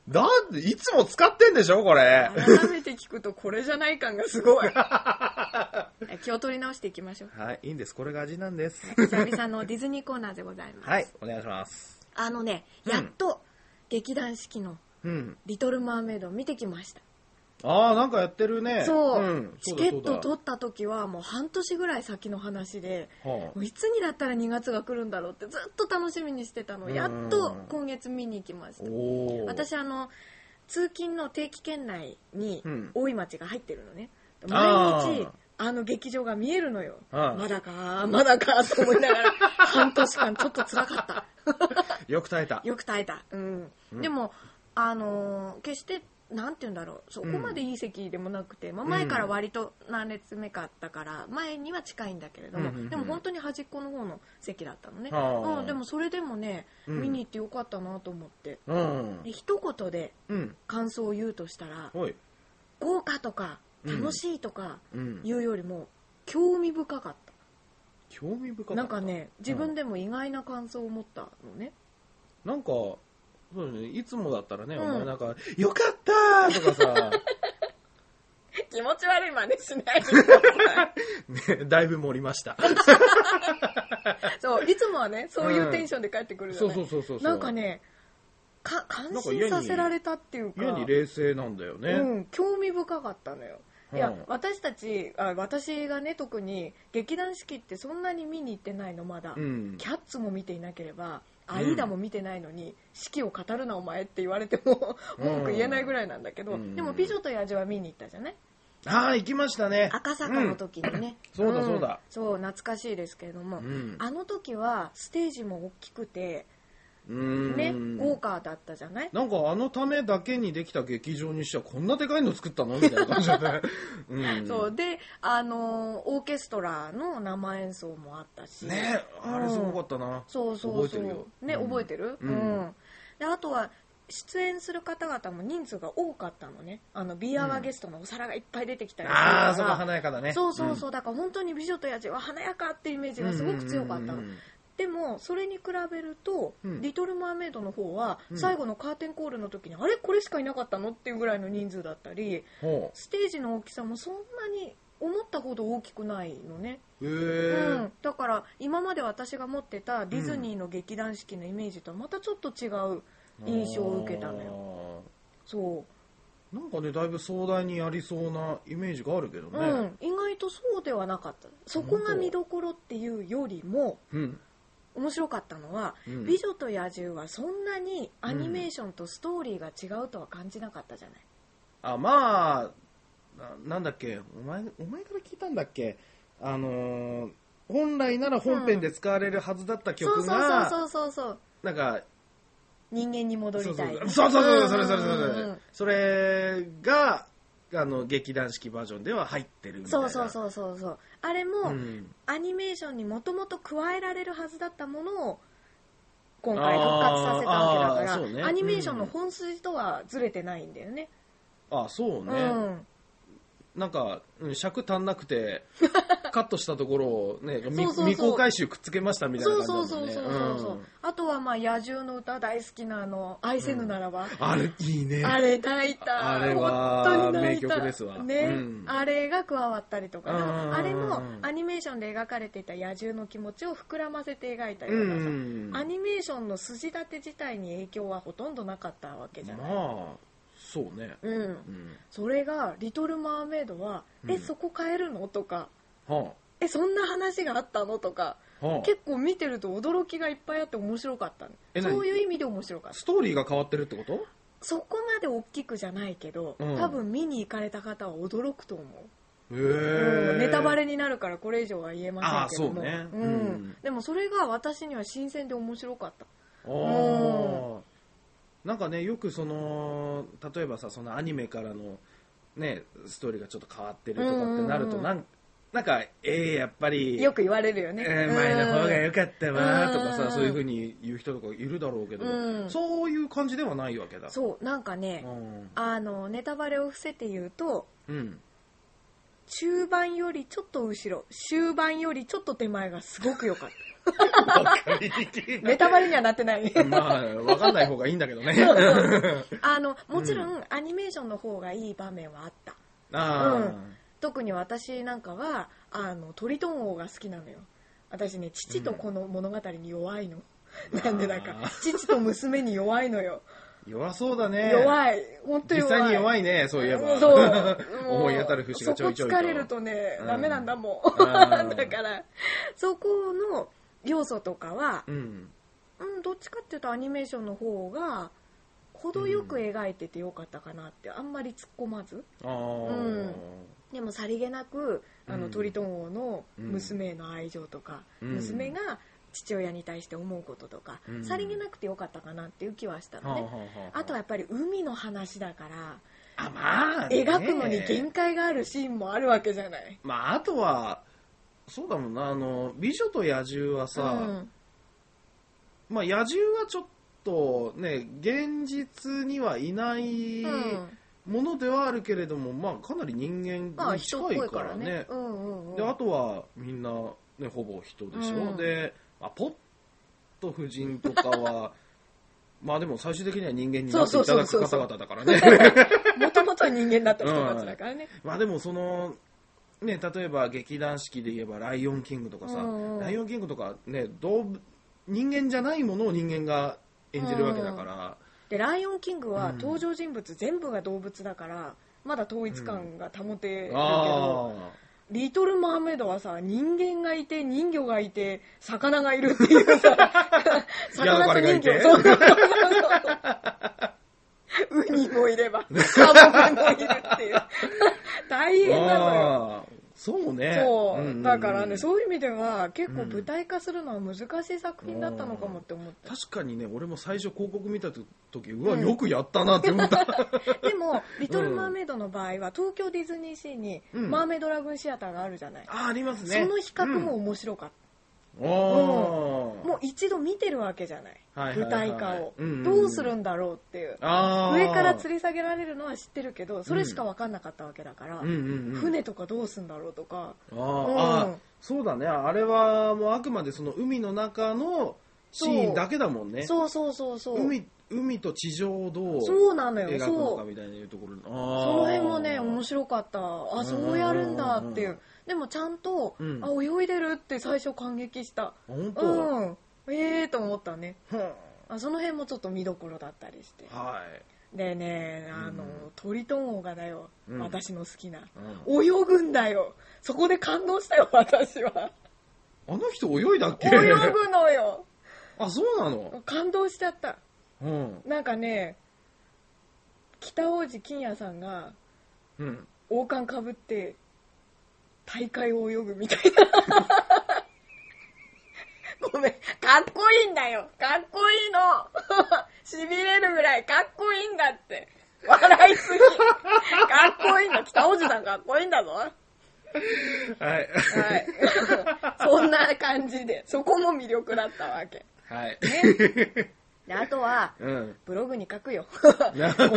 [SPEAKER 1] なんで、いつも使ってんでしょこれ。
[SPEAKER 2] 改めて聞くと、これじゃない感がす ごい。気を取り直していきましょう。
[SPEAKER 1] はい、いいんです。これが味なんです。
[SPEAKER 2] 久々のディズニーコーナーでございます。
[SPEAKER 1] はい、お願いします。
[SPEAKER 2] あのね、
[SPEAKER 1] うん
[SPEAKER 2] やっと、劇団四季の
[SPEAKER 1] うん。
[SPEAKER 2] リトル・マーメイドを見てきました。
[SPEAKER 1] ああ、なんかやってるね。
[SPEAKER 2] そう、
[SPEAKER 1] ん
[SPEAKER 2] チケッ
[SPEAKER 1] そうだそう
[SPEAKER 2] ト
[SPEAKER 1] だ
[SPEAKER 2] 取った時はもう半年ぐらい先の話で、
[SPEAKER 1] は
[SPEAKER 2] もういつになったら2月が来るんだろうってずっと楽しみにしてた
[SPEAKER 1] う
[SPEAKER 2] の。
[SPEAKER 1] ん
[SPEAKER 2] やっと今月見に行きまし
[SPEAKER 1] あ、
[SPEAKER 2] た。
[SPEAKER 1] おお。
[SPEAKER 2] 私あの、通勤の定期圏内に
[SPEAKER 1] うん
[SPEAKER 2] 大井町が入ってるのね。
[SPEAKER 1] あ
[SPEAKER 2] 毎
[SPEAKER 1] ー
[SPEAKER 2] 日、あの劇場が見えるのよ。
[SPEAKER 1] はい
[SPEAKER 2] まだか、まだか、と思いな がら、半年間ちょっと辛かった。
[SPEAKER 1] よく耐えた。
[SPEAKER 2] よく耐えた、うん
[SPEAKER 1] うん
[SPEAKER 2] でも、あのー決してなんて言うんだろうそこまでいい席でもなくて、まあ、前から割と何列目かあったから前には近いんだけれども、
[SPEAKER 1] うんうんうん
[SPEAKER 2] でも本当に端っこの方の席だったのね、
[SPEAKER 1] あー
[SPEAKER 2] うん、でもそれでもね、
[SPEAKER 1] うん
[SPEAKER 2] 見に行ってよかったなと思って
[SPEAKER 1] うん
[SPEAKER 2] で。一言で
[SPEAKER 1] うん。
[SPEAKER 2] 感想を言うとしたら
[SPEAKER 1] おい。
[SPEAKER 2] 豪華とか
[SPEAKER 1] うん
[SPEAKER 2] 楽しいとか
[SPEAKER 1] うん。
[SPEAKER 2] 言うよりも興味深かっ
[SPEAKER 1] 興味深かったた。
[SPEAKER 2] なんか。ね自分でも意外な感想を持ったの ね、
[SPEAKER 1] なんか、そうだね、いつもだったらね、
[SPEAKER 2] うん
[SPEAKER 1] お前なんか、よかったーとか さ、
[SPEAKER 2] 気持ち悪い真似しないで
[SPEAKER 1] ねだいぶ盛りました。
[SPEAKER 2] そう、いつもはね、そういうテンションで帰ってくるじゃ
[SPEAKER 1] そう
[SPEAKER 2] ない、
[SPEAKER 1] そうそうそう。
[SPEAKER 2] なんか、ね、か、感心させられたっていうか、
[SPEAKER 1] 家に冷静なんだよね。
[SPEAKER 2] うん、興味深かったのよ。いや、
[SPEAKER 1] うん
[SPEAKER 2] 私たちあ、私がね、特に劇団四季ってそんなに見に行ってないの、まだ。
[SPEAKER 1] うん
[SPEAKER 2] キ。ャッツも見ていなければ、
[SPEAKER 1] ん
[SPEAKER 2] アイーダも見てないのに、四季を語るな、お前って言われても、
[SPEAKER 1] うん
[SPEAKER 2] 文句言えないぐらいなんだけど、
[SPEAKER 1] うん
[SPEAKER 2] でも、美女と野獣は見に行ったじゃない
[SPEAKER 1] ああ、行きましたね。
[SPEAKER 2] 赤坂の時にね。
[SPEAKER 1] うん そうだそうだ
[SPEAKER 2] んそう、懐かしいですけれども、
[SPEAKER 1] うん
[SPEAKER 2] あの時はステージも大きくて、
[SPEAKER 1] うーん。
[SPEAKER 2] ね、豪華だったじゃない
[SPEAKER 1] なんかあのためだけにできた劇場にしちゃこんなでかいの作ったのみたいな感じだ ね。うん。
[SPEAKER 2] そうで、あのーオーケストラの生演奏もあったし、
[SPEAKER 1] ねあれすごかったな。
[SPEAKER 2] そうそ
[SPEAKER 1] 覚
[SPEAKER 2] う
[SPEAKER 1] え
[SPEAKER 2] そ
[SPEAKER 1] て
[SPEAKER 2] う
[SPEAKER 1] るよ
[SPEAKER 2] ね
[SPEAKER 1] うん
[SPEAKER 2] 覚えてる
[SPEAKER 1] う
[SPEAKER 2] うんん、であとは出演する方々も人数が多かったのねあのビアワーゲストのお皿がいっぱい出てきたりするから
[SPEAKER 1] ああ、そこ華やかだね。
[SPEAKER 2] そうそうそう、だから本当に「美女と野獣」は華やかってイメージがすごく強かったの、
[SPEAKER 1] うんうんうんうん
[SPEAKER 2] でもそれに比べると「
[SPEAKER 1] うん
[SPEAKER 2] リトル・マーメイド」の方は
[SPEAKER 1] うん
[SPEAKER 2] 最後のカーテンコールの時に、あれこれしかいなかったのっていうぐらいの人数だったり
[SPEAKER 1] ほ
[SPEAKER 2] ステージの大きさもそんなに思ったほど大きくないのね、
[SPEAKER 1] う。へ
[SPEAKER 2] う
[SPEAKER 1] ー
[SPEAKER 2] ん、だから今まで私が持ってたディズニーの劇団四季のイメージとはまたちょっと違う印象を受けたのよ
[SPEAKER 1] よ。
[SPEAKER 2] そう
[SPEAKER 1] なんかね、だいぶ壮大にやりそうなイメージがあるけどね。
[SPEAKER 2] うん、意外とそうではなかったそこが見どころっていうよりも
[SPEAKER 1] うん。
[SPEAKER 2] 面白かったのは「
[SPEAKER 1] うん
[SPEAKER 2] 美女と野獣」はそんなにアニメーションとストーリーが違うとは感じなかったじゃない、
[SPEAKER 1] あ、まあ、ななんだっけ、お前、お前から聞いたんだっけ。あのー、本来なら本編で使われるはずだった
[SPEAKER 2] そう
[SPEAKER 1] 曲
[SPEAKER 2] そう
[SPEAKER 1] が、
[SPEAKER 2] そうそうそう
[SPEAKER 1] なんか、
[SPEAKER 2] 人間に戻
[SPEAKER 1] そう
[SPEAKER 2] り
[SPEAKER 1] そ
[SPEAKER 2] た
[SPEAKER 1] う
[SPEAKER 2] い
[SPEAKER 1] そうそうそうそれそれそ
[SPEAKER 2] うんうんう
[SPEAKER 1] れ
[SPEAKER 2] ん
[SPEAKER 1] それがあの劇団式バージョンでは入ってるみたい
[SPEAKER 2] そ
[SPEAKER 1] な
[SPEAKER 2] うそうそうそうそうあれ
[SPEAKER 1] う
[SPEAKER 2] も
[SPEAKER 1] ん
[SPEAKER 2] アニメーションにもともと加えられるはずだったものを今回復活させたわけだ
[SPEAKER 1] あーあー
[SPEAKER 2] か
[SPEAKER 1] そう
[SPEAKER 2] ら、
[SPEAKER 1] ね
[SPEAKER 2] アニメーションの本筋とはずれてないんだよね
[SPEAKER 1] あそう
[SPEAKER 2] う
[SPEAKER 1] ね、
[SPEAKER 2] ん
[SPEAKER 1] なんかうん尺足んなく てカットしたところを、ね、み
[SPEAKER 2] そうそう
[SPEAKER 1] 未公開集くっつけましたみたい
[SPEAKER 2] そ
[SPEAKER 1] な
[SPEAKER 2] うそ
[SPEAKER 1] 感
[SPEAKER 2] う
[SPEAKER 1] じだも
[SPEAKER 2] そ
[SPEAKER 1] ん
[SPEAKER 2] う
[SPEAKER 1] ね
[SPEAKER 2] そうそうそう、
[SPEAKER 1] うん
[SPEAKER 2] あとはまあ野獣の歌大好きなあの「愛せぬならば」
[SPEAKER 1] あれいいね
[SPEAKER 2] あれ泣いた
[SPEAKER 1] あれは
[SPEAKER 2] 本当に泣いた
[SPEAKER 1] 名曲ですわ
[SPEAKER 2] ね、
[SPEAKER 1] うん
[SPEAKER 2] あれが加わったりとかで
[SPEAKER 1] うんうんうん
[SPEAKER 2] もあれもアニメーションで描かれていた野獣の気持ちを膨らませて描いたようなさ、
[SPEAKER 1] うん
[SPEAKER 2] アニメーションの筋立て自体に影響はほとんどなかったわけじゃ
[SPEAKER 1] ま
[SPEAKER 2] ない、
[SPEAKER 1] あそうね、
[SPEAKER 2] うん
[SPEAKER 1] うん
[SPEAKER 2] それが「リトル・マーメイドは」
[SPEAKER 1] う
[SPEAKER 2] え
[SPEAKER 1] ん
[SPEAKER 2] そこ変えるの?」とか
[SPEAKER 1] は
[SPEAKER 2] 「えそんな話があったの?」とか
[SPEAKER 1] あはあ
[SPEAKER 2] 結構見てると驚きがいっぱいあって面白かったの
[SPEAKER 1] え何
[SPEAKER 2] そういう意味で面白かった
[SPEAKER 1] ストーリーが変わってるってこと
[SPEAKER 2] そこまで大きくじゃないけど、
[SPEAKER 1] うん
[SPEAKER 2] 多分見に行かれた方は驚くと思
[SPEAKER 1] へ
[SPEAKER 2] ううん
[SPEAKER 1] え
[SPEAKER 2] ネタバレになるからこれ以上は言えませんけども
[SPEAKER 1] あーそうね
[SPEAKER 2] ん
[SPEAKER 1] うん
[SPEAKER 2] でもそれが私には新鮮で面白かった
[SPEAKER 1] ああなんかねよくその例えばさそのアニメからのねストーリーがちょっと変わってるとかってなると、
[SPEAKER 2] うんうんうん
[SPEAKER 1] なんなんか、ええやっぱり、
[SPEAKER 2] よく言われるよね。
[SPEAKER 1] えー前の方が良
[SPEAKER 2] く。
[SPEAKER 1] かったわとか
[SPEAKER 2] う
[SPEAKER 1] さ、
[SPEAKER 2] ん
[SPEAKER 1] そういうふうに言う人とかいるだろうけど、
[SPEAKER 2] うん
[SPEAKER 1] そういう感じではないわけだ。
[SPEAKER 2] そう、なんかね、
[SPEAKER 1] うん。
[SPEAKER 2] あの、ネタバレを伏せて言うと、
[SPEAKER 1] うん。
[SPEAKER 2] 中盤よりちょっと後ろ、終盤よりちょっと手前がすごく良かっ
[SPEAKER 1] わかりにくい
[SPEAKER 2] た。ネタバレにはなってない。
[SPEAKER 1] なまあ、わかんない方がいいんだけどね。
[SPEAKER 2] あの、もちろん、アニメーションの方がいい場面はあった。
[SPEAKER 1] あ
[SPEAKER 2] 特に私なんかはあのトリトン王が好きなのよ私ね父とこの物語に弱いの、
[SPEAKER 1] うん
[SPEAKER 2] なんでだか
[SPEAKER 1] あー
[SPEAKER 2] 父と娘に弱いのよ、
[SPEAKER 1] ー弱そうだね。
[SPEAKER 2] 弱い本当に
[SPEAKER 1] 実
[SPEAKER 2] 弱い
[SPEAKER 1] 際に弱いね、そういえば。
[SPEAKER 2] そう
[SPEAKER 1] 思い当たる節がちょいちょい
[SPEAKER 2] そこ疲れるとね、
[SPEAKER 1] うん
[SPEAKER 2] ダメなんだも
[SPEAKER 1] うんん
[SPEAKER 2] だからそこの要素とかは、
[SPEAKER 1] うん。
[SPEAKER 2] うん、どっちかっていうとアニメーションの方が程よく描いててよかったかなってあんまり突っ込まず、
[SPEAKER 1] ああ、
[SPEAKER 2] うんでもさりげなくあの、
[SPEAKER 1] うん
[SPEAKER 2] トリトン王の娘への愛情とか、
[SPEAKER 1] うん
[SPEAKER 2] 娘が父親に対して思うこととか、
[SPEAKER 1] うん
[SPEAKER 2] さりげなくてよかったかなっていう気はした
[SPEAKER 1] は
[SPEAKER 2] の
[SPEAKER 1] あ
[SPEAKER 2] ね、
[SPEAKER 1] はあはあ
[SPEAKER 2] あとはやっぱり海の話だから
[SPEAKER 1] あ、まあね、
[SPEAKER 2] 描くのに限界があるシーンもあるわけじゃない、
[SPEAKER 1] まあ、あとは、そうだもんな、あの、美女と野獣は
[SPEAKER 2] う
[SPEAKER 1] さ、
[SPEAKER 2] ん、
[SPEAKER 1] まあ、野獣はちょっとね、現実にはいない
[SPEAKER 2] うん
[SPEAKER 1] ものではあるけれども、まあ、かなり人
[SPEAKER 2] ま
[SPEAKER 1] 間
[SPEAKER 2] あ
[SPEAKER 1] に
[SPEAKER 2] 人っ
[SPEAKER 1] 近い
[SPEAKER 2] ぽい
[SPEAKER 1] か
[SPEAKER 2] からら
[SPEAKER 1] ね。
[SPEAKER 2] ねうんうんうん
[SPEAKER 1] で、あとはみんな、ね、ほぼ人でしょ。
[SPEAKER 2] うん
[SPEAKER 1] で、まあ、ポット夫人とか は、まあでも最終的には人間になっていただく方々だからね。
[SPEAKER 2] もともとは人間だった人たちだからね、
[SPEAKER 1] まあでもその、ね、例えば劇団四季で言えば「ライオンキング」とかさ「
[SPEAKER 2] うんうん
[SPEAKER 1] ライオンキング」とか、ね、動物人間じゃないものを人間が演じるわけだから、
[SPEAKER 2] で「ライオンキング」は
[SPEAKER 1] うん
[SPEAKER 2] 登場人物全部が動物だからまだ統一感が保てるけど、
[SPEAKER 1] あ
[SPEAKER 2] リトル・マーメイドはさ、人間がいて、人魚がいて、魚がいるっていうさ、 魚と人
[SPEAKER 1] い
[SPEAKER 2] 魚、
[SPEAKER 1] や
[SPEAKER 2] そ
[SPEAKER 1] わ
[SPEAKER 2] うそうそう そう。ウニもいれば、カモメもいるっていう。大
[SPEAKER 1] ー
[SPEAKER 2] 変なのよ。
[SPEAKER 1] あーそうね
[SPEAKER 2] そう、
[SPEAKER 1] んんん
[SPEAKER 2] だからね、そういう意味では、結構舞台化するのは難しい作品だったのかもって思った。
[SPEAKER 1] 確かにね俺も最初広告見た時うわ、よくやったなって思った
[SPEAKER 2] でも、リトル・マーメイドの場合は、東京ディズニーシーに、
[SPEAKER 1] うん
[SPEAKER 2] マーメイドラグーンシアターがあるじゃない。
[SPEAKER 1] ああります
[SPEAKER 2] そ
[SPEAKER 1] ね
[SPEAKER 2] の比較も面白かった。
[SPEAKER 1] うんあー
[SPEAKER 2] もう一度見てるわけじゃない、
[SPEAKER 1] はいはいはい
[SPEAKER 2] 舞台化を、
[SPEAKER 1] うんうんうん
[SPEAKER 2] どうするんだろうっていう
[SPEAKER 1] あー
[SPEAKER 2] 上から吊り下げられるのは知ってるけどそれしか分かんなかったわけだから、
[SPEAKER 1] うんうんうん
[SPEAKER 2] 船とかどうすんだろうとか
[SPEAKER 1] あー
[SPEAKER 2] うん
[SPEAKER 1] あーそうだねあれはもうあくまでその海の中のシーンだけだもんね
[SPEAKER 2] そうそうそうそう
[SPEAKER 1] 海海と地上をどう
[SPEAKER 2] そうなのよ
[SPEAKER 1] 描くの
[SPEAKER 2] そ
[SPEAKER 1] か
[SPEAKER 2] う
[SPEAKER 1] みたいないうところそ
[SPEAKER 2] そ
[SPEAKER 1] の
[SPEAKER 2] の辺もね面白かったあそうやるんだってい
[SPEAKER 1] うんうんうんう
[SPEAKER 2] うんでもちゃんと、
[SPEAKER 1] うん
[SPEAKER 2] あ泳いでるって最初感激した
[SPEAKER 1] 本当、
[SPEAKER 2] うんええー、と思ったね
[SPEAKER 1] うん
[SPEAKER 2] あその辺もちょっと見どころだったりして
[SPEAKER 1] はい
[SPEAKER 2] でねあの、
[SPEAKER 1] うん
[SPEAKER 2] トリトン王がだよ、
[SPEAKER 1] うん
[SPEAKER 2] 私の好きな、
[SPEAKER 1] う
[SPEAKER 2] 泳ぐんだよそこで感動したよ私は
[SPEAKER 1] あの人泳いだっけ
[SPEAKER 2] 泳ぐのよ
[SPEAKER 1] あそうなの
[SPEAKER 2] 感動しちゃった
[SPEAKER 1] うん
[SPEAKER 2] なんかね北王子金也さんが
[SPEAKER 1] うん
[SPEAKER 2] 王冠かぶって大会を泳ぐみたいな ごめんかっこいいんだよかっこいいのし びれるぐらいかっこいいんだって笑いすぎかっこいいんだ北王子さんかっこいいんだぞは
[SPEAKER 1] はい
[SPEAKER 2] い そんな感じでそこも魅力だったわけ
[SPEAKER 1] はい
[SPEAKER 2] であとは
[SPEAKER 1] うん
[SPEAKER 2] ブログに書くよこ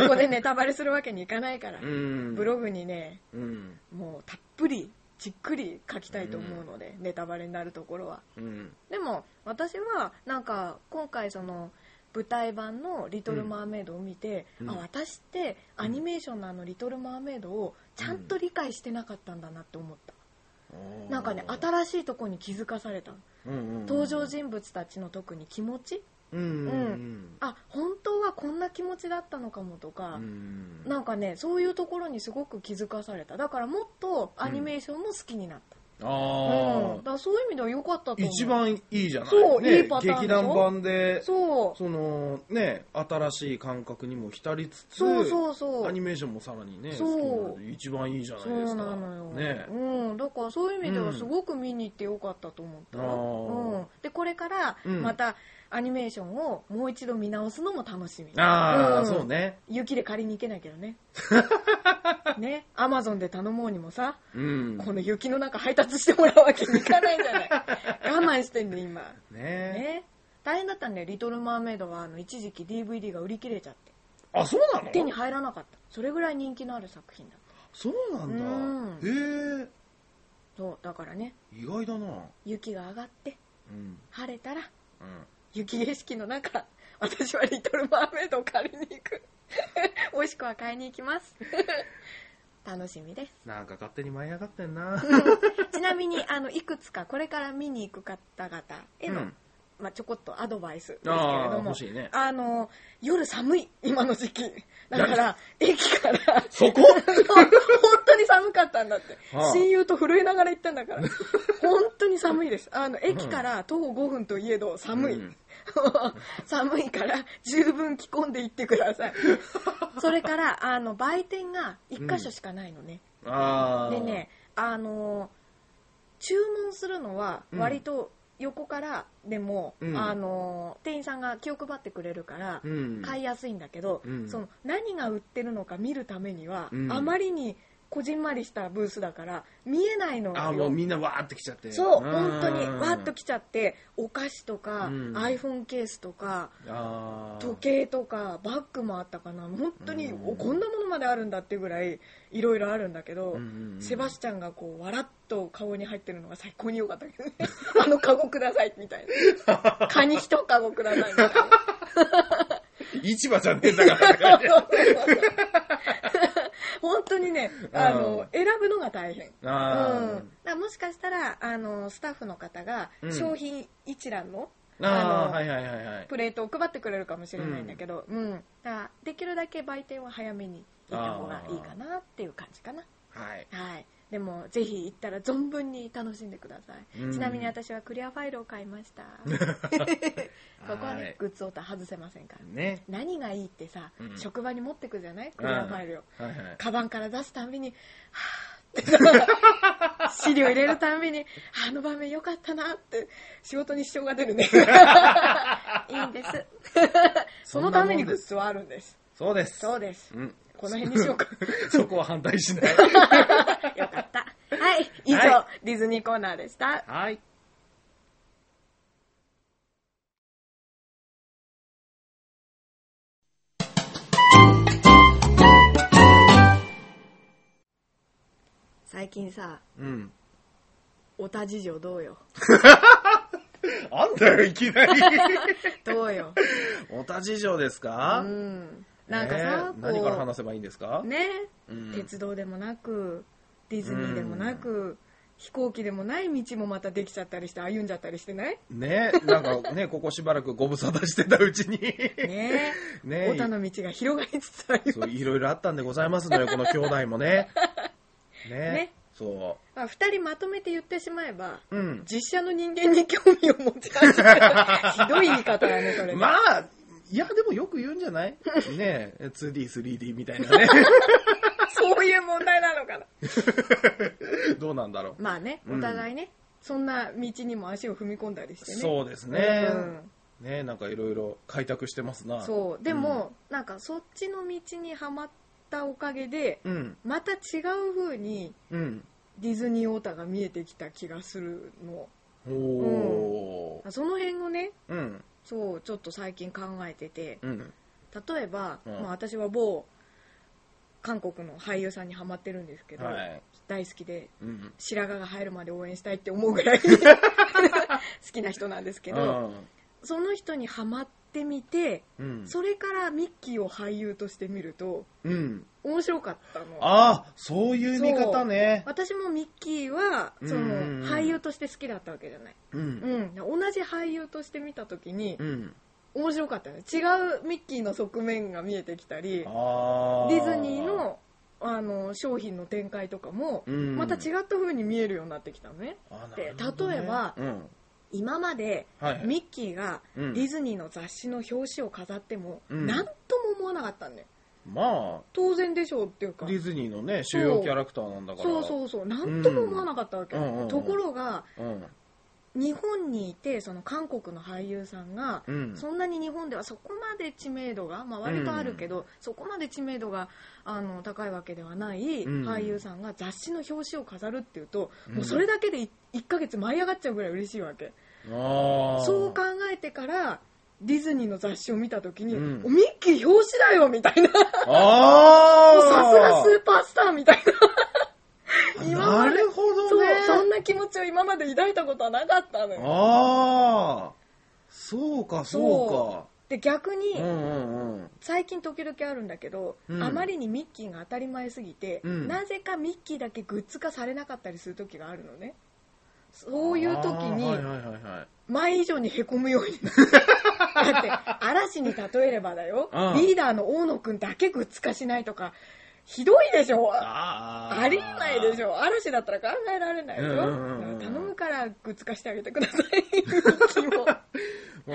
[SPEAKER 2] こでネタバレするわけにいかないから、
[SPEAKER 1] うん
[SPEAKER 2] ブログにね
[SPEAKER 1] うん
[SPEAKER 2] もうたっぷりじっくり書きたいと思うので、ネタバレになるところは
[SPEAKER 1] うん
[SPEAKER 2] でも私はなんか今回その舞台版の「リトル・マーメイド」を見て、
[SPEAKER 1] うん
[SPEAKER 2] あ私ってアニメーションのあの「リトル・マーメイド」をちゃんと理解してなかったんだなって思った、なんかね新しいとこに気づかされたの登場人物たちの特に気持ち
[SPEAKER 1] うんうん
[SPEAKER 2] あ本当はこんな気持ちだったのかもとか、
[SPEAKER 1] うんうん
[SPEAKER 2] なんかねそういうところにすごく気づかされただからもっとアニメーションも好きになった、うん
[SPEAKER 1] あ
[SPEAKER 2] だからそういう意味では良かったと思う
[SPEAKER 1] 一番いいじゃない
[SPEAKER 2] そう
[SPEAKER 1] ね
[SPEAKER 2] いいパターンで
[SPEAKER 1] 劇
[SPEAKER 2] しょ
[SPEAKER 1] 団版で
[SPEAKER 2] そう
[SPEAKER 1] そのね新しい感覚にも浸りつつ
[SPEAKER 2] そうそうそう
[SPEAKER 1] アニメーションもさらにね
[SPEAKER 2] そう
[SPEAKER 1] 好きになる一番いいじゃないで
[SPEAKER 2] そ
[SPEAKER 1] す
[SPEAKER 2] う
[SPEAKER 1] か
[SPEAKER 2] なのよ、
[SPEAKER 1] ね
[SPEAKER 2] うん、だからそういう意味ではすごく見に行ってよかったと思った、
[SPEAKER 1] うん
[SPEAKER 2] うんでこれから
[SPEAKER 1] うん
[SPEAKER 2] また、アニメーションをもう一度見直すのも楽しみ
[SPEAKER 1] ああ、
[SPEAKER 2] ん
[SPEAKER 1] そうね。
[SPEAKER 2] 雪で借りに行けないけ どねねアマゾンで頼もうにもさ
[SPEAKER 1] うん。
[SPEAKER 2] この雪の中配達してもらうわけにいかないじゃない我慢してんで今
[SPEAKER 1] ね
[SPEAKER 2] ね大変だったんだよ「リトル・マーメイドは」あの一時期 DVD が売り切れちゃって
[SPEAKER 1] あ、そうなの
[SPEAKER 2] 手に入らなかったそれぐらい人気のある作品だった
[SPEAKER 1] そうなんだ。へ
[SPEAKER 2] そうだからね
[SPEAKER 1] え、意外だな。
[SPEAKER 2] 雪が上がって
[SPEAKER 1] うん。
[SPEAKER 2] 晴れたら
[SPEAKER 1] うん。
[SPEAKER 2] 雪景色の中私はリトル・マーメイドを借りに行く もしくは買いに行きます 楽しみです
[SPEAKER 1] なんか勝手に舞い上がってん な。
[SPEAKER 2] ちなみにあのいくつかこれから見に行く方々への、
[SPEAKER 1] うん
[SPEAKER 2] まあ、ちょこっとアドバイスですけれ
[SPEAKER 1] ああ、
[SPEAKER 2] ども
[SPEAKER 1] 欲しいね。
[SPEAKER 2] あの夜寒い今の時期だから駅から
[SPEAKER 1] そこ
[SPEAKER 2] 本当に寒かったんだって、
[SPEAKER 1] はあ
[SPEAKER 2] 親友と震えながら行ったん だから本当に寒いですあの駅から徒歩5分といえど寒い、
[SPEAKER 1] うん
[SPEAKER 2] 寒いから十分着込んでいってくださいそれからあの売店が1箇所しかないのね、
[SPEAKER 1] ああ。
[SPEAKER 2] でねあの注文するのは割と横からでも、
[SPEAKER 1] うん
[SPEAKER 2] あの店員さんが気を配ってくれるから、
[SPEAKER 1] うん。
[SPEAKER 2] 買いやすいんだけど、
[SPEAKER 1] うん
[SPEAKER 2] その何が売ってるのか見るためには、
[SPEAKER 1] うん
[SPEAKER 2] あまりにこじんまりしたブースだから見えないのよ
[SPEAKER 1] あもうみんなわーって来ちゃって。
[SPEAKER 2] そう
[SPEAKER 1] うん
[SPEAKER 2] 本当にわっと来ちゃってお菓子とか、
[SPEAKER 1] うん
[SPEAKER 2] iPhone ケースとか
[SPEAKER 1] ああ。
[SPEAKER 2] 時計とかバッグもあったかな本当に、おこんなものまであるんだっていうぐらいいろいろあるんだけど、
[SPEAKER 1] うんうんうん
[SPEAKER 2] セバスチャンがこうわらっと顔に入ってるのが最高に良かったけどね あのカゴくださいみたい なカニ一カゴくださいみたいな。
[SPEAKER 1] 市場じゃねえんだから。
[SPEAKER 2] 本当にねあの選ぶのが大変
[SPEAKER 1] あ
[SPEAKER 2] うん、
[SPEAKER 1] ー
[SPEAKER 2] だからもしかしたらあのスタッフの方が
[SPEAKER 1] うん
[SPEAKER 2] 商品一覧の,、
[SPEAKER 1] あ
[SPEAKER 2] あ
[SPEAKER 1] あ、
[SPEAKER 2] の
[SPEAKER 1] はいはいはいはい。
[SPEAKER 2] プレートを配ってくれるかもしれないんだけど、うんだからできるだけ売店は早めに行った方がいいかなっていう感じかな、
[SPEAKER 1] はい。
[SPEAKER 2] はい、でもぜひ行ったら存分に楽しんでください、
[SPEAKER 1] うん
[SPEAKER 2] ちなみに私はクリアファイルを買いました ここは
[SPEAKER 1] はい
[SPEAKER 2] ねグッズオタ外せませんから
[SPEAKER 1] ね。
[SPEAKER 2] 何がいいってさ、
[SPEAKER 1] うん
[SPEAKER 2] 職場に持ってくじゃないクリアファイルを、
[SPEAKER 1] はいはい。
[SPEAKER 2] カバンから出すたんびにはぁって資料入れるたんびにあの場面よかったなって仕事に支障が出るねいいんですそのためにグッズはあるんです
[SPEAKER 1] そうです。
[SPEAKER 2] そうです
[SPEAKER 1] うん。
[SPEAKER 2] この辺にしようか
[SPEAKER 1] そこは反対しない。
[SPEAKER 2] よかったはい以上、
[SPEAKER 1] は
[SPEAKER 2] ディズニーコーナーでした
[SPEAKER 1] はい。
[SPEAKER 2] 最近さ
[SPEAKER 1] うん。
[SPEAKER 2] オタ事情どうよ
[SPEAKER 1] あんだよ、いきな り。
[SPEAKER 2] どうよ
[SPEAKER 1] おた事情です
[SPEAKER 2] う
[SPEAKER 1] か、
[SPEAKER 2] んなんかさ、
[SPEAKER 1] ねえ何から話せばいいんですか、
[SPEAKER 2] ね、
[SPEAKER 1] うん
[SPEAKER 2] 鉄道でもなくディズニーでもなく、飛行機でもない道もまたできちゃったりして歩んじゃったりしてない
[SPEAKER 1] ねなんかね、ここしばらくご無沙汰してたうちに。
[SPEAKER 2] ねえ
[SPEAKER 1] ね
[SPEAKER 2] オタの道が広がりつつあり
[SPEAKER 1] そ
[SPEAKER 2] ま
[SPEAKER 1] う
[SPEAKER 2] す、
[SPEAKER 1] いろいろあったんでございますの よ、この兄弟もね。ね
[SPEAKER 2] ね
[SPEAKER 1] そ
[SPEAKER 2] ま あ、2人まとめて言ってしまえば、
[SPEAKER 1] う。うん。
[SPEAKER 2] 実写の人間に興味を持ち始めたひどい言い方だねそ れ、
[SPEAKER 1] まあ、いや、でもよく言うんじゃないねえ 2D、3D みたいな ね。
[SPEAKER 2] そういう問題なのかな
[SPEAKER 1] どうなんだろう。
[SPEAKER 2] まあねお互いね、そんな道にも足を踏み込んだりしてね
[SPEAKER 1] そうですね。
[SPEAKER 2] うん
[SPEAKER 1] ねなんかいろいろ開拓してますな。
[SPEAKER 2] そうでも、なんかそっちの道にはまったおかげで、
[SPEAKER 1] うん。
[SPEAKER 2] また違う風に
[SPEAKER 1] うん。
[SPEAKER 2] ディズニーオータが見えてきた気がするの
[SPEAKER 1] おー。
[SPEAKER 2] その辺をね
[SPEAKER 1] うん。
[SPEAKER 2] そうちょっと最近考えてて
[SPEAKER 1] うん。
[SPEAKER 2] 例えば、
[SPEAKER 1] うん
[SPEAKER 2] まあ、私は某韓国の俳優さんにハマってるんですけど、
[SPEAKER 1] はい。
[SPEAKER 2] 大好きで
[SPEAKER 1] うん。
[SPEAKER 2] 白髪が入るまで応援したいって思うぐ らい好きな人なんですけどその人にハマってみて
[SPEAKER 1] うん。
[SPEAKER 2] それからミッキーを俳優として見ると
[SPEAKER 1] うん。
[SPEAKER 2] 面白かったの
[SPEAKER 1] ああ、そういう見方ね。
[SPEAKER 2] 私もミッキーはそ
[SPEAKER 1] うん
[SPEAKER 2] の
[SPEAKER 1] うんうん
[SPEAKER 2] 俳優として好きだったわけじゃない、
[SPEAKER 1] うん。
[SPEAKER 2] うん、同じ俳優として見た時に
[SPEAKER 1] うん。
[SPEAKER 2] 面白かったよね違うミッキーの側面が見えてきたり
[SPEAKER 1] ああ。
[SPEAKER 2] ディズニーのあの商品の展開とかも
[SPEAKER 1] うん
[SPEAKER 2] また違った風に見えるようになってきたのね
[SPEAKER 1] あ
[SPEAKER 2] で
[SPEAKER 1] なるほどね
[SPEAKER 2] 例えば
[SPEAKER 1] うん。
[SPEAKER 2] 今まで
[SPEAKER 1] はい。
[SPEAKER 2] ミッキーが
[SPEAKER 1] う
[SPEAKER 2] デ
[SPEAKER 1] ん
[SPEAKER 2] ィズニーの雑誌の表紙を飾っても
[SPEAKER 1] うん
[SPEAKER 2] 何とも思わなかったんだよ
[SPEAKER 1] ま
[SPEAKER 2] 当然でしょうっていう
[SPEAKER 1] あ、
[SPEAKER 2] か
[SPEAKER 1] ディズニーのね、主要キャラクターなんだから。
[SPEAKER 2] そうそうそう何とも思わなかったわけ
[SPEAKER 1] うんうんうんうん
[SPEAKER 2] ところが
[SPEAKER 1] う。うん。
[SPEAKER 2] 日本にいてその韓国の俳優さんが、
[SPEAKER 1] うん
[SPEAKER 2] そんなに日本ではそこまで知名度が、まあ、割とあるけど、そこまで知名度があの高いわけではない
[SPEAKER 1] うん
[SPEAKER 2] 俳優さんが雑誌の表紙を飾るっていうと、
[SPEAKER 1] うん
[SPEAKER 2] もうそれだけでい1ヶ月舞い上がっちゃうぐらい嬉しいわけ、
[SPEAKER 1] ああ
[SPEAKER 2] そう考えてからディズニーの雑誌を見た時に、
[SPEAKER 1] うん
[SPEAKER 2] おミッキー表紙だよみたいな
[SPEAKER 1] ああ
[SPEAKER 2] さすがスーパースターみたいな。今ま
[SPEAKER 1] な
[SPEAKER 2] で
[SPEAKER 1] るほ
[SPEAKER 2] そ
[SPEAKER 1] ど
[SPEAKER 2] う
[SPEAKER 1] ね
[SPEAKER 2] そんな気持ちを今まで抱いたことはなかったのよ
[SPEAKER 1] ああそうかそ
[SPEAKER 2] で逆
[SPEAKER 1] う
[SPEAKER 2] に、
[SPEAKER 1] かうんうんうん
[SPEAKER 2] 最近時々あるんだけど、
[SPEAKER 1] うん
[SPEAKER 2] あまりにミッキーが当たり前すぎて、
[SPEAKER 1] うん
[SPEAKER 2] なぜかミッキーだけグッズ化されなかったりする時があるのねそういう時に
[SPEAKER 1] あーはいはいはいはい
[SPEAKER 2] 前以上にへこむようにな るだって嵐に例えればだよ、
[SPEAKER 1] うん
[SPEAKER 2] リーダーの大野くんだけグッズ化しないとかひどいでしょ
[SPEAKER 1] あー
[SPEAKER 2] ありえないでしょ嵐だったら考えられないよ、
[SPEAKER 1] うんうんうんうん
[SPEAKER 2] 頼むからグッズ化してあげてくださいミッ キーも
[SPEAKER 1] ま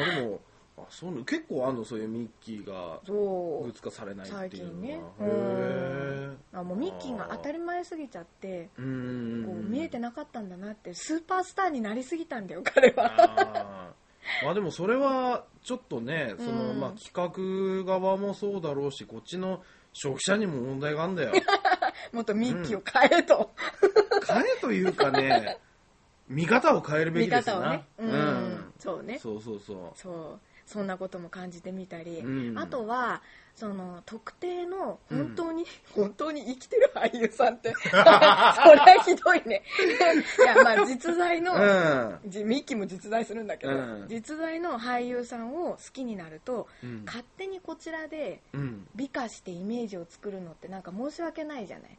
[SPEAKER 1] あでもあそうね結構あんのそういうミッキーが
[SPEAKER 2] そ
[SPEAKER 1] グッ
[SPEAKER 2] う
[SPEAKER 1] ズ化されないっ
[SPEAKER 2] 最
[SPEAKER 1] ていうのは
[SPEAKER 2] 近ね
[SPEAKER 1] へえ
[SPEAKER 2] あもうミッキーが当たり前すぎちゃって
[SPEAKER 1] うんうん
[SPEAKER 2] こ
[SPEAKER 1] う
[SPEAKER 2] うん見えてなかったんだなってスーパースターになりすぎたんだよ彼は
[SPEAKER 1] あーまあでもそれはちょっとねその、
[SPEAKER 2] うん
[SPEAKER 1] まあ、企画側もそうだろうしこっちの消費者にも問題があるんだよ
[SPEAKER 2] もっとミッキーを変えと、
[SPEAKER 1] 変えというかね見方を 変えるべ
[SPEAKER 2] 見
[SPEAKER 1] きです
[SPEAKER 2] 方
[SPEAKER 1] よ
[SPEAKER 2] をね
[SPEAKER 1] な、
[SPEAKER 2] うん
[SPEAKER 1] うん
[SPEAKER 2] そうね
[SPEAKER 1] そうそうそう
[SPEAKER 2] そうそんなことも感じてみたり、
[SPEAKER 1] うん
[SPEAKER 2] あとはその特定の本当に、 本当に生きてる俳優さんって それはひどいね いやまあ実在の、
[SPEAKER 1] うん
[SPEAKER 2] じミッキーも実在するんだけど、
[SPEAKER 1] うん
[SPEAKER 2] 実在の俳優さんを好きになると、
[SPEAKER 1] うん
[SPEAKER 2] 勝手にこちらで
[SPEAKER 1] うん
[SPEAKER 2] 美化してイメージを作るのってなんか申し訳ないじゃない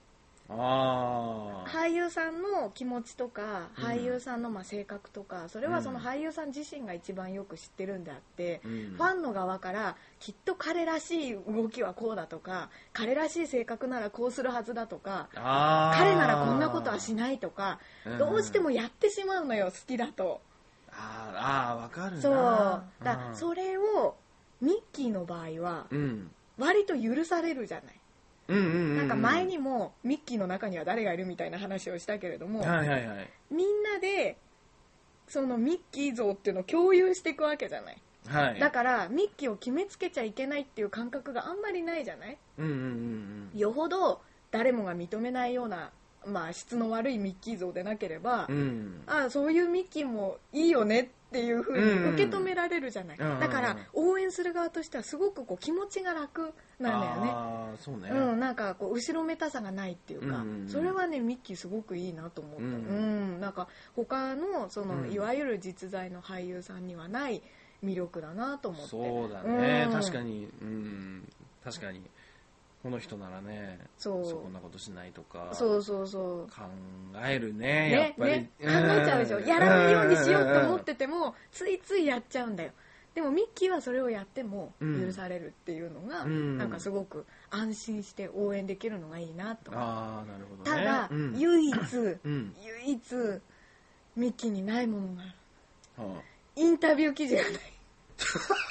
[SPEAKER 1] ああ
[SPEAKER 2] 俳優さんの気持ちとか
[SPEAKER 1] うん
[SPEAKER 2] 俳優さんのまあ性格とかそれはその俳優さん自身が一番よく知ってるんであって、
[SPEAKER 1] うん
[SPEAKER 2] ファンの側からきっと彼らしい動きはこうだとか彼らしい性格ならこうするはずだとか
[SPEAKER 1] あー
[SPEAKER 2] 彼ならこんなことはしないとか
[SPEAKER 1] うん
[SPEAKER 2] どうしてもやってしまうのよ好きだと。
[SPEAKER 1] あーあーわかるな
[SPEAKER 2] そうだ
[SPEAKER 1] うん
[SPEAKER 2] それをミッキーの場合は
[SPEAKER 1] うん
[SPEAKER 2] 割と許されるじゃない。
[SPEAKER 1] うんうんうんうん
[SPEAKER 2] なんか前にもミッキーの中には誰がいるみたいな話をしたけれども、
[SPEAKER 1] はいはいはい
[SPEAKER 2] みんなでそのミッキー像っていうのを共有していくわけじゃない
[SPEAKER 1] はい
[SPEAKER 2] だからミッキーを決めつけちゃいけないっていう感覚があんまりないじゃない
[SPEAKER 1] うんうんうん
[SPEAKER 2] よほど誰もが認めないような、まあ、質の悪いミッキー像でなければ、
[SPEAKER 1] うんうん
[SPEAKER 2] ああそういうミッキーもいいよねっていう風
[SPEAKER 1] うんうん
[SPEAKER 2] に受け止められるじゃない、
[SPEAKER 1] うんうんうん
[SPEAKER 2] だから応援する側としてはすごくこう気持ちが楽なんだよね
[SPEAKER 1] ああそうね
[SPEAKER 2] うん、なんかこう後ろめたさがないっていう
[SPEAKER 1] う
[SPEAKER 2] か、
[SPEAKER 1] んうんうん
[SPEAKER 2] それはねミッキーすごくいいなと思った、
[SPEAKER 1] う
[SPEAKER 2] うんんなんか他のその、
[SPEAKER 1] うん
[SPEAKER 2] いわゆる実在の俳優さんにはない魅力だなと思って
[SPEAKER 1] そうだね、
[SPEAKER 2] うん
[SPEAKER 1] 確かに、うん、確かに、この人ならね、
[SPEAKER 2] そう
[SPEAKER 1] そこんなことしないとか、
[SPEAKER 2] そうそうそう
[SPEAKER 1] 考えるね、やっ
[SPEAKER 2] ね
[SPEAKER 1] ぱり。
[SPEAKER 2] ね考えちゃうでしょ、やらないようにしようと思ってても、ついついやっちゃうんだよでもミッキーはそれをやっても
[SPEAKER 1] うん
[SPEAKER 2] 許されるっていうのが、
[SPEAKER 1] うん
[SPEAKER 2] なんかすごく安心して応援できるのがいいなと
[SPEAKER 1] うん
[SPEAKER 2] 思う
[SPEAKER 1] ああ、なるほどね。
[SPEAKER 2] ただ、
[SPEAKER 1] うん、
[SPEAKER 2] 唯一
[SPEAKER 1] うん
[SPEAKER 2] 唯一ミッキーにないものがある
[SPEAKER 1] は
[SPEAKER 2] インタビュー記事が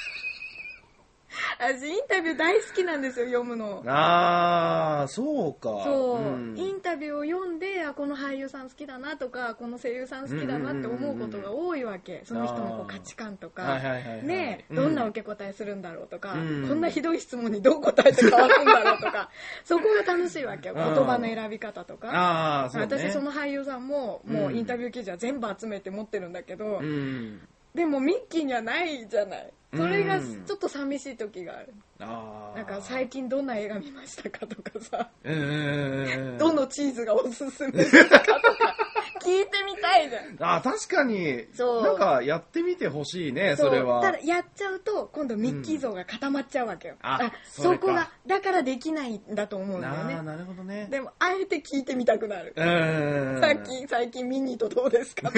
[SPEAKER 2] ない私インタビュー大好きなんですよ読むの
[SPEAKER 1] ああ、そうか。
[SPEAKER 2] そう、
[SPEAKER 1] うん
[SPEAKER 2] インタビューを読んであこの俳優さん好きだなとかこの声優さん好きだなって思うことが多いわけ、その人のこう価値観とか、
[SPEAKER 1] はいはいはいはい
[SPEAKER 2] ね
[SPEAKER 1] うん
[SPEAKER 2] どんな受け答えするんだろうとか、
[SPEAKER 1] うん
[SPEAKER 2] こんなひどい質問にどう答えて変わるんだろうとか そこが楽しいわけよ言葉の選び方とか
[SPEAKER 1] ああ、そうね。
[SPEAKER 2] 私その俳優さんももううんインタビュー記事は全部集めて持ってるんだけど、
[SPEAKER 1] うん。
[SPEAKER 2] でもミッキーにはないじゃないそれが
[SPEAKER 1] うん
[SPEAKER 2] ちょっと寂しい時がある、
[SPEAKER 1] ああ。
[SPEAKER 2] なんか最近どんな映画見ましたかとかさ、
[SPEAKER 1] うんうんうんうん。
[SPEAKER 2] どのチーズがおすすめですかとか聞いてみたいじゃ ん
[SPEAKER 1] ああ、確かに、
[SPEAKER 2] そう
[SPEAKER 1] なんかやってみてほしいね、それは。
[SPEAKER 2] うただやっちゃうと今度ミッキー像が固まっちゃうわけよ、
[SPEAKER 1] あ
[SPEAKER 2] そ
[SPEAKER 1] それか
[SPEAKER 2] こがだからできないんだと思うんだよ
[SPEAKER 1] なあ、
[SPEAKER 2] ね
[SPEAKER 1] なるほどね。
[SPEAKER 2] でもあえて聞いてみたくなる、
[SPEAKER 1] うん。
[SPEAKER 2] さっき最近ミニーとどうで すか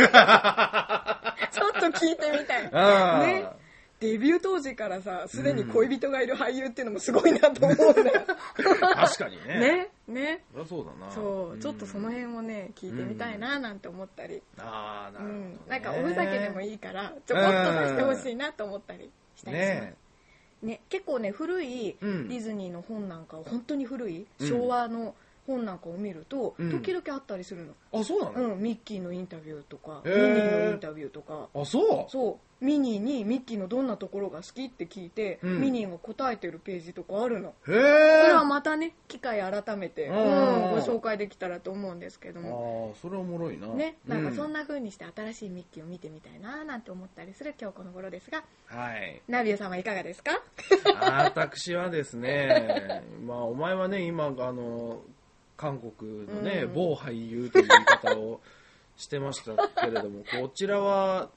[SPEAKER 2] ちょっと聞いてみたい
[SPEAKER 1] ああ
[SPEAKER 2] ねデビュー当時からさすでに恋人がいる俳優っていうのもすごいなと思うんだよ
[SPEAKER 1] 確かにね。
[SPEAKER 2] ねね
[SPEAKER 1] そりゃそうだな。
[SPEAKER 2] そうちょっとその
[SPEAKER 1] ん。
[SPEAKER 2] 辺をね聞いてみたいななんて思ったり、
[SPEAKER 1] ああ、なるほ
[SPEAKER 2] う
[SPEAKER 1] ど、
[SPEAKER 2] ん
[SPEAKER 1] ね、
[SPEAKER 2] なんかおふざけでも
[SPEAKER 1] い
[SPEAKER 2] いいからちょこっと出してほしいなと思ったりしたりします、
[SPEAKER 1] ね
[SPEAKER 2] ね、結構ね古い
[SPEAKER 1] う
[SPEAKER 2] デ
[SPEAKER 1] ん
[SPEAKER 2] ィズニーの本なんかは本当に古い、
[SPEAKER 1] うん
[SPEAKER 2] 昭和の本なんかを見ると、
[SPEAKER 1] うん
[SPEAKER 2] 時々あったりするの、
[SPEAKER 1] あ、そうなの、
[SPEAKER 2] うん、ミッキーのインタビューとか
[SPEAKER 1] へ
[SPEAKER 2] ミ
[SPEAKER 1] ー
[SPEAKER 2] ニーのインタビューとか
[SPEAKER 1] あ、そう
[SPEAKER 2] そうミニーにミッキーのどんなところが好きって聞いて、
[SPEAKER 1] うん
[SPEAKER 2] ミニーが答えてるページとかあるの
[SPEAKER 1] へえ。
[SPEAKER 2] それはまたね機会改めて、
[SPEAKER 1] うん
[SPEAKER 2] うんご紹介できたらと思うんですけど
[SPEAKER 1] あ
[SPEAKER 2] も
[SPEAKER 1] ーそれはおもろいな。
[SPEAKER 2] ね、なんかそん
[SPEAKER 1] な。
[SPEAKER 2] な風にして新しいミッキーを見てみたいななんて思ったりする今日この頃ですが
[SPEAKER 1] はい。
[SPEAKER 2] ナビュー様いかがですか
[SPEAKER 1] 私はですね、まあ、お前はね、今、あの、韓国のね、
[SPEAKER 2] うん
[SPEAKER 1] 某俳優という言い方をしてましたけれども、こちらは、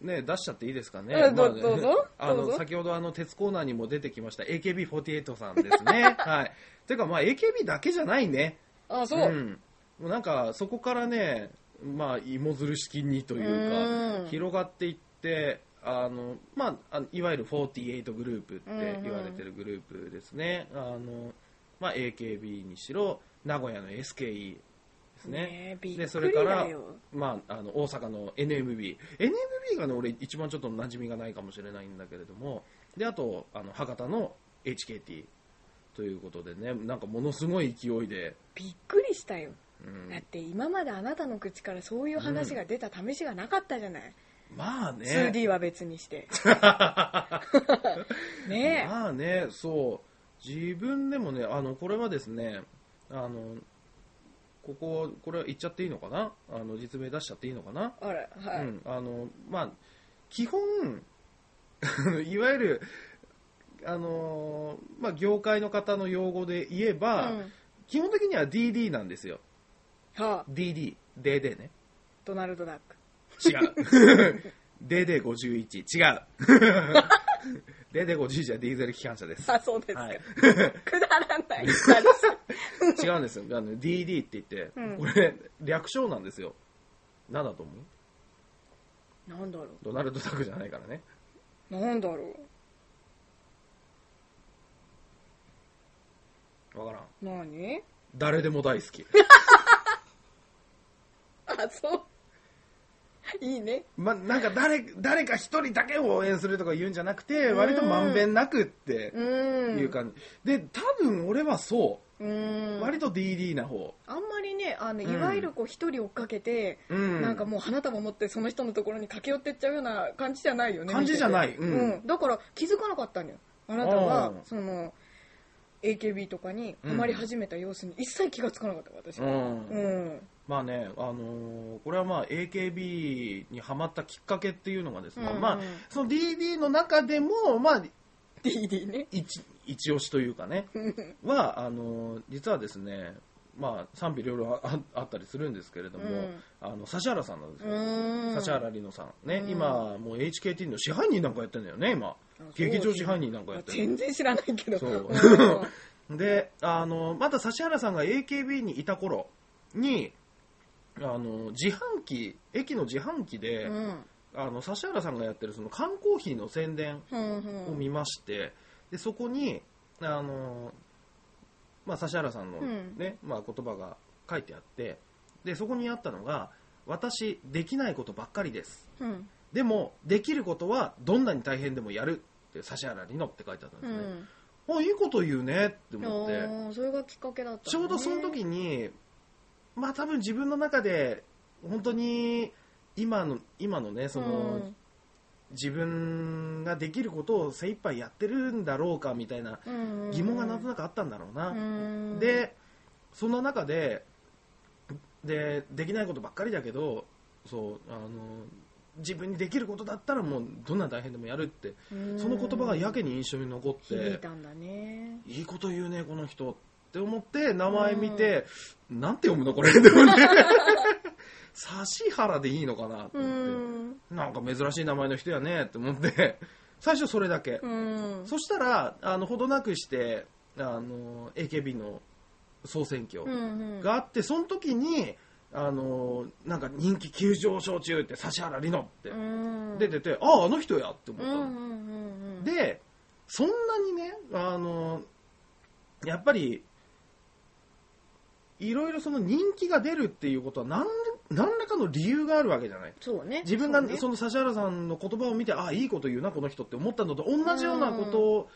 [SPEAKER 1] ね、出しちゃっていいですかね。
[SPEAKER 2] うん
[SPEAKER 1] まあ
[SPEAKER 2] どどうぞ
[SPEAKER 1] あ
[SPEAKER 2] ど
[SPEAKER 1] の、
[SPEAKER 2] うぞ
[SPEAKER 1] 先ほど、あの、鉄コーナーにも出てきました、AKB48 さんですね。はい。てか、まあ、AKB だけじゃないね。
[SPEAKER 2] あそう、
[SPEAKER 1] ん。もうなんか、そこからね、まあ、芋づる式にというか、
[SPEAKER 2] うん
[SPEAKER 1] 広がっていってあの、まあ、あのいわゆる48グループって言われてるグループですね、あのまあ、AKB にしろ名古屋の SKE ですね
[SPEAKER 2] ねびっくりだ
[SPEAKER 1] で
[SPEAKER 2] よ
[SPEAKER 1] それから、まあ、あの大阪の NMBNMB がね俺一番ちょっと馴染みがないかもしれないんだけれどもであとあの博多の HKT ということでねなんかものすごい勢いで、
[SPEAKER 2] びっくりしたよ
[SPEAKER 1] うん
[SPEAKER 2] だって今まであなたの口からそういう話が出た試しがなかったじゃない、
[SPEAKER 1] まあね
[SPEAKER 2] 2D は別にして ね
[SPEAKER 1] まあね、そう、自分でもね、あのこれはですね、あのここ、これは言っちゃっていいのかな、あの実名出しちゃっていいのかな、
[SPEAKER 2] えあらは
[SPEAKER 1] う
[SPEAKER 2] い、
[SPEAKER 1] んあのまあ、基本、 いわゆる、あのまあ、業界の方の用語で言え
[SPEAKER 2] う
[SPEAKER 1] ば、
[SPEAKER 2] ん
[SPEAKER 1] 基本的には DD なんですよ、
[SPEAKER 2] はあ
[SPEAKER 1] DD、DD ね、
[SPEAKER 2] ドナルド・ダック
[SPEAKER 1] 違う、DD51、違う、DD51 じゃディーゼル機関車です。
[SPEAKER 2] あそうですか、
[SPEAKER 1] はい
[SPEAKER 2] くだらない 話
[SPEAKER 1] 違うんですよ。あの DD って言って、
[SPEAKER 2] うん
[SPEAKER 1] これ、略称なんですよ。なんだと思う
[SPEAKER 2] なんだろ
[SPEAKER 1] ドナルド・ダックじゃないからね。
[SPEAKER 2] うなんだろ
[SPEAKER 1] わからん。
[SPEAKER 2] う何
[SPEAKER 1] 誰でも大 好き。
[SPEAKER 2] あそういいね
[SPEAKER 1] ま、なんか誰、誰か一人だけを応援するとか言うんじゃなくて、
[SPEAKER 2] ん
[SPEAKER 1] 割とまんべんなくって
[SPEAKER 2] うーん
[SPEAKER 1] いう感じ。で、多分俺はそうう。
[SPEAKER 2] ーん
[SPEAKER 1] 割と DD な方。
[SPEAKER 2] あんまりねあの
[SPEAKER 1] うん
[SPEAKER 2] いわゆるこう一人追っかけて、
[SPEAKER 1] うん。
[SPEAKER 2] なんかもう花束持ってその人のところに駆け寄ってっちゃうような感じじゃないよね
[SPEAKER 1] 感じじゃない
[SPEAKER 2] 見てて
[SPEAKER 1] う
[SPEAKER 2] うんんだから気づかなかったのよあなたは
[SPEAKER 1] うん
[SPEAKER 2] その AKB とかにハマり始めた様子に一切気がつかなかった私
[SPEAKER 1] う。
[SPEAKER 2] うんん
[SPEAKER 1] まあね、あのーこれはまあ AKB にハマったきっかけっていうのがですね、
[SPEAKER 2] うん
[SPEAKER 1] まあ、その DD の中でも、まあ、
[SPEAKER 2] DD ね
[SPEAKER 1] 一一押しというか ね、はあの実はですね、まあ、賛否両論あああったりするんですけれども、
[SPEAKER 2] うん
[SPEAKER 1] あの指原さんなんです
[SPEAKER 2] う
[SPEAKER 1] よ、
[SPEAKER 2] ーん
[SPEAKER 1] 指原莉乃さん、ね
[SPEAKER 2] うん
[SPEAKER 1] 今、もう HKT の支配人なんかやってるんだよね、今
[SPEAKER 2] そう、
[SPEAKER 1] 劇場支配人なんかやって
[SPEAKER 2] 全
[SPEAKER 1] る。
[SPEAKER 2] 然知らないけど
[SPEAKER 1] そうんであのまた指原さんが AKB にいた頃にあの自販機駅の自販機 で、
[SPEAKER 2] うん
[SPEAKER 1] あの指原さんがやってるその缶コーヒーの宣伝
[SPEAKER 2] うん
[SPEAKER 1] を見まして、でそこに、あのまあ、指原さんの、
[SPEAKER 2] うん
[SPEAKER 1] ねまあ、言葉が書いてあってでそこにあったのが私、できないことばっかりです
[SPEAKER 2] うん
[SPEAKER 1] でも、できることはどんなに大変でもやるって指原莉乃って書いてあったん
[SPEAKER 2] う
[SPEAKER 1] ですね、
[SPEAKER 2] ん
[SPEAKER 1] あいいこと言うねって思っ
[SPEAKER 2] あ
[SPEAKER 1] て
[SPEAKER 2] ーそれがきっかけだった
[SPEAKER 1] ちょうどその時に、まあ、多分自分の中で本当に今の今のねその、自分ができることを精一杯やってるんだろうかみたいな疑問がなんとなくあったんだろうな、
[SPEAKER 2] く
[SPEAKER 1] でそんな中ででできないことばっかりだけどそうあの自分にできることだったらもうどんな大変でもやるってその言葉がやけに印象に残っ
[SPEAKER 2] 響い
[SPEAKER 1] て
[SPEAKER 2] たんだね
[SPEAKER 1] いいこと言うねこの人って思って名前見てなんて読むのこれでも ね指原でいいのかなと
[SPEAKER 2] う
[SPEAKER 1] 思っ
[SPEAKER 2] ん
[SPEAKER 1] てなんか珍しい名前の人やねって思って最初それだけ
[SPEAKER 2] うん
[SPEAKER 1] そしたら、あの、ほどなくして、あの、AKB の総選挙
[SPEAKER 2] うん
[SPEAKER 1] があって、その時に、あの、なんか人気急上昇中って、指原莉乃って
[SPEAKER 2] うん
[SPEAKER 1] 出てて、ああ、あの人やって思っ
[SPEAKER 2] うん
[SPEAKER 1] た
[SPEAKER 2] う
[SPEAKER 1] の、
[SPEAKER 2] んうんうん
[SPEAKER 1] で、そんなにね、あの、やっぱり、いろいろその人気が出るっていうことは何、何らかの理由があるわけじゃない。
[SPEAKER 2] そうね
[SPEAKER 1] 自分が
[SPEAKER 2] うね
[SPEAKER 1] その指原さんの言葉を見てあいいこと言うなこの人って思ったのと同じようなこと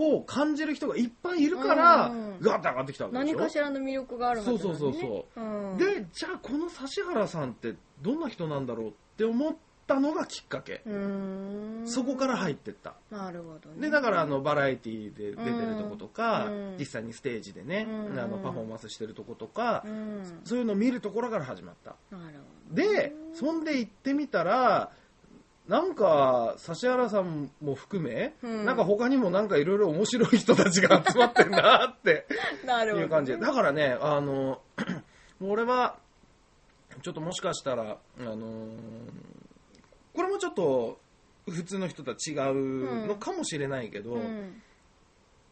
[SPEAKER 1] を感じる人がいっぱいいるから、
[SPEAKER 2] うんうん
[SPEAKER 1] ガーッと上がってきたわけでし
[SPEAKER 2] 何
[SPEAKER 1] ょ
[SPEAKER 2] かしらの魅力があるはずなのにね
[SPEAKER 1] そうそうそう
[SPEAKER 2] う、ん、
[SPEAKER 1] でじゃあこの指原さんってどんな人なんだろうって思ったのがきっかけ、
[SPEAKER 2] うーん
[SPEAKER 1] そこから入ってった
[SPEAKER 2] なるほどね
[SPEAKER 1] でだからあのバラエティで出てるとことか、
[SPEAKER 2] うん
[SPEAKER 1] 実際にステージでね、
[SPEAKER 2] うん
[SPEAKER 1] あのパフォーマンスしてるとことか
[SPEAKER 2] う、ん
[SPEAKER 1] そういうのを見るところから始まった
[SPEAKER 2] なるほ
[SPEAKER 1] でそんで行ってみたらなんか指原さんも含め、
[SPEAKER 2] うん
[SPEAKER 1] なんか他にもなんかいろいろ面白い人たちが集まってんなって
[SPEAKER 2] ど なるほ
[SPEAKER 1] い
[SPEAKER 2] ど
[SPEAKER 1] う感じで
[SPEAKER 2] ね
[SPEAKER 1] だからねあの もう俺はちょっともしかしたらあのーこれもちょっと普通の人とは違うのかもしれないけど、
[SPEAKER 2] うん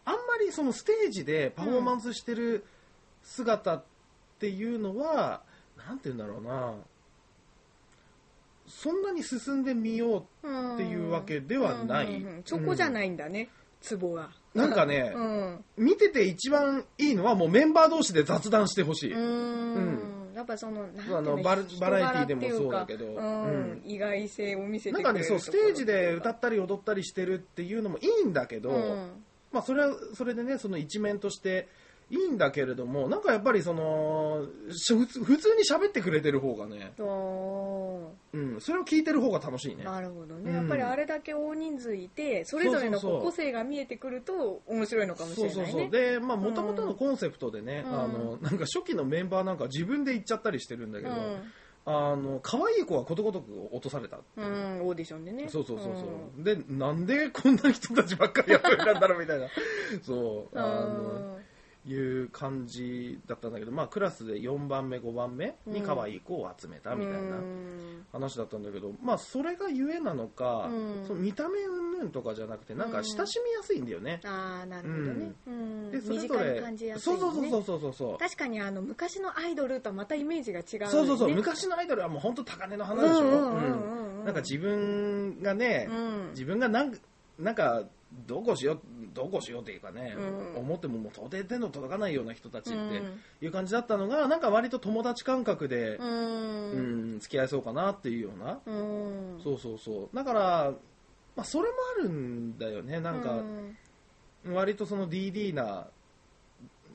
[SPEAKER 1] あんまりそのステージでパフォーマンスしてる姿っていうのは、なんて言うんだろうなそんなに進んでみよ
[SPEAKER 2] うん
[SPEAKER 1] っていうわけではない
[SPEAKER 2] うんうんうんそこじゃないいんだね、ツボが
[SPEAKER 1] うなんかね
[SPEAKER 2] う、ん
[SPEAKER 1] 見てて一番いいのはもうメンバー同士で雑談してほしい、
[SPEAKER 2] うんやっぱそのなんていうの
[SPEAKER 1] あのバラ
[SPEAKER 2] 人
[SPEAKER 1] バ
[SPEAKER 2] 柄
[SPEAKER 1] ラエティでもそうだけど
[SPEAKER 2] っていうかうん
[SPEAKER 1] うん
[SPEAKER 2] 意外性を見せて
[SPEAKER 1] なん
[SPEAKER 2] くれる
[SPEAKER 1] かねそうステージで歌
[SPEAKER 2] っ
[SPEAKER 1] ったり踊ったりしてるっていうのもいいんだけど、まあ、それはそれでねその一面としていいんだけれどもなんかやっぱりそのし普通普通に喋ってくれてる方がね、うん、それを聞いてる方が楽しいね
[SPEAKER 2] なるほどね、
[SPEAKER 1] うん
[SPEAKER 2] やっぱりあれだけ大人数いてそれぞれの
[SPEAKER 1] そうそう
[SPEAKER 2] こ
[SPEAKER 1] そう
[SPEAKER 2] う個性が見えてくると面白いのかもし
[SPEAKER 1] そ
[SPEAKER 2] れ
[SPEAKER 1] う
[SPEAKER 2] ない
[SPEAKER 1] そ
[SPEAKER 2] ね
[SPEAKER 1] うそうでまあ元々のコンセプトでね、
[SPEAKER 2] うん
[SPEAKER 1] あのなんか初期のメンバーなんか自分で行っちゃったりしてるんだけど、
[SPEAKER 2] うん
[SPEAKER 1] あの可愛い子はことごとく落とされた
[SPEAKER 2] うん、オーディションでね
[SPEAKER 1] そうそうそうそう、でなんでこんな人たちばっかりやってるんだろうみたいな そう
[SPEAKER 2] うん
[SPEAKER 1] あのいう感じだったんだけど、まあ、クラスで4番目5番目に可愛い子を集めたみたいな、
[SPEAKER 2] うん
[SPEAKER 1] 話だったんだけど、まあ、それがゆえなのか、
[SPEAKER 2] うん
[SPEAKER 1] その見た目云々とかじゃなくてなんか親しみやすいんだよね、
[SPEAKER 2] ああなるほどね、うん
[SPEAKER 1] でそ
[SPEAKER 2] 身
[SPEAKER 1] れぞ
[SPEAKER 2] 近
[SPEAKER 1] れ
[SPEAKER 2] に感じやすい、
[SPEAKER 1] そ
[SPEAKER 2] ね、
[SPEAKER 1] うそうそうそうそうそう
[SPEAKER 2] 確かにあの昔のアイドルとはまたイメージが違うよね、
[SPEAKER 1] そうそうそう昔のアイドルはもう本当高嶺の花でしょ
[SPEAKER 2] うんうんうんうん
[SPEAKER 1] うんなんか自分がね、
[SPEAKER 2] うん
[SPEAKER 1] 自分がなんかなんかどうこうしようどうこうしようというかね、
[SPEAKER 2] うん
[SPEAKER 1] 思ってももう到底手の届かないような人たちっ
[SPEAKER 2] うん
[SPEAKER 1] ていう感じだったのがなんか割と友達感覚で
[SPEAKER 2] う、ん
[SPEAKER 1] うん付き合えそうかなっていうような
[SPEAKER 2] うん
[SPEAKER 1] そうそうそうだから、まあ、それもあるんだよねなんか
[SPEAKER 2] うん
[SPEAKER 1] 割とその DD な、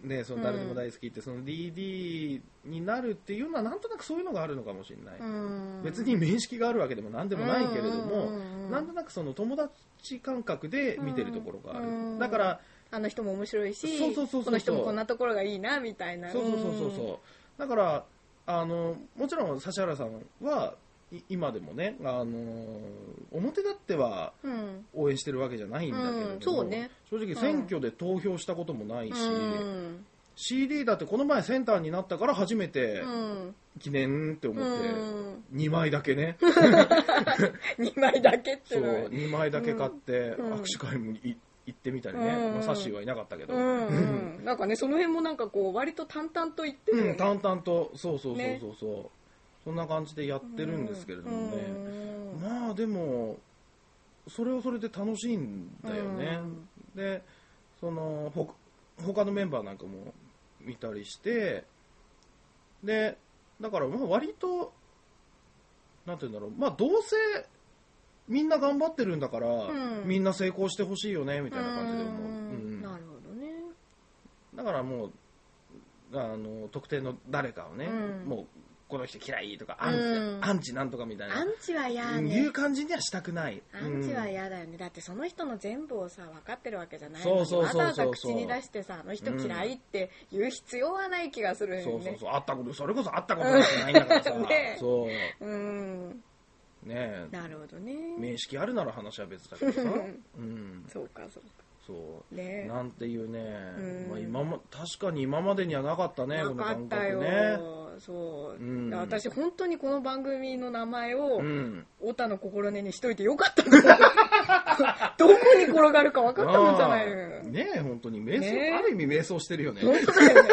[SPEAKER 1] ね、その誰でも大好きって、その DD になるっていうのはなんとなくそういうのがあるのかもしれない、
[SPEAKER 2] うん
[SPEAKER 1] 別に面識があるわけでも何でもないけれども、
[SPEAKER 2] うんうんうんうん
[SPEAKER 1] なんとなくその友達感覚で見てるところがある、
[SPEAKER 2] うん
[SPEAKER 1] だから
[SPEAKER 2] あの人も面白いし
[SPEAKER 1] そうそうそうそう
[SPEAKER 2] この人もこんなところがいいなみたいな
[SPEAKER 1] そうそうそうそうそうだからあのもちろん指原さんはい今でもねあの表立っては
[SPEAKER 2] うんうん
[SPEAKER 1] 応援してるわけじゃないんだけれども、
[SPEAKER 2] うんそうね
[SPEAKER 1] 正直選挙で投票したこともないし、
[SPEAKER 2] うん、
[SPEAKER 1] CD だってこの前センターになったから初めて
[SPEAKER 2] うん
[SPEAKER 1] 記念って思
[SPEAKER 2] う
[SPEAKER 1] って、
[SPEAKER 2] ん、
[SPEAKER 1] 2枚だけ ね
[SPEAKER 2] 2枚だけって
[SPEAKER 1] そう
[SPEAKER 2] いうのが
[SPEAKER 1] 2枚だけ買って
[SPEAKER 2] うん
[SPEAKER 1] 握手会もい行ってみたりね、
[SPEAKER 2] うん
[SPEAKER 1] まあ、サッシーはいなかったけど、
[SPEAKER 2] うんうん、なんかねその辺もなんかこう割と淡々と言ってるよね、
[SPEAKER 1] うん淡々とそうそうそう
[SPEAKER 2] ね
[SPEAKER 1] そうそう、そんな感じでやってるんですけれどもね、
[SPEAKER 2] うん
[SPEAKER 1] まあでもそれはそれで楽しいんだよね、
[SPEAKER 2] うん
[SPEAKER 1] でそのほ他のメンバーなんかも見たりしてでだからまあ割となんて言うんだろうまあどうせみんな頑張ってるんだから、
[SPEAKER 2] うん
[SPEAKER 1] みんな成功してほしいよねみたいな感じで思う、
[SPEAKER 2] うん
[SPEAKER 1] うん
[SPEAKER 2] なるほどね
[SPEAKER 1] だからもうあの特定の誰かをね、
[SPEAKER 2] うん
[SPEAKER 1] もうこの人嫌いとかアン,、
[SPEAKER 2] うん
[SPEAKER 1] アンチなんとかみたいな
[SPEAKER 2] アンチは嫌
[SPEAKER 1] うん
[SPEAKER 2] ね
[SPEAKER 1] いう感じにはしたくない。
[SPEAKER 2] アンチは
[SPEAKER 1] うん
[SPEAKER 2] 嫌だよね、だってその人の全部をさ分かってるわけじゃない
[SPEAKER 1] そうそうそうそうそう
[SPEAKER 2] わざわざ口に出してさあの人嫌いって言う必要はない気がするよね
[SPEAKER 1] そうそうそう、あったこと、それこそあったことなんてないんだからさ
[SPEAKER 2] ね。
[SPEAKER 1] そう。
[SPEAKER 2] うん
[SPEAKER 1] ねえ。
[SPEAKER 2] なるほど
[SPEAKER 1] 面
[SPEAKER 2] ね
[SPEAKER 1] 識あるなら話は別だけどさ。うん。
[SPEAKER 2] そうかそうか
[SPEAKER 1] そう。
[SPEAKER 2] ね
[SPEAKER 1] なんていうね
[SPEAKER 2] う。ん
[SPEAKER 1] まあ今も、確かに今までにはなかったね、この
[SPEAKER 2] なか
[SPEAKER 1] 感
[SPEAKER 2] った
[SPEAKER 1] 覚
[SPEAKER 2] よ、
[SPEAKER 1] ね。
[SPEAKER 2] そう、
[SPEAKER 1] うん
[SPEAKER 2] 私本当にこの番組の名前を
[SPEAKER 1] うん。
[SPEAKER 2] オタの心根にしといてよ かったのどこに転がるか分かったもんじゃない
[SPEAKER 1] ああ
[SPEAKER 2] の
[SPEAKER 1] ねえ、本当に。瞑
[SPEAKER 2] ねえ
[SPEAKER 1] 想、ある意味瞑想してるよね。
[SPEAKER 2] 本当だよね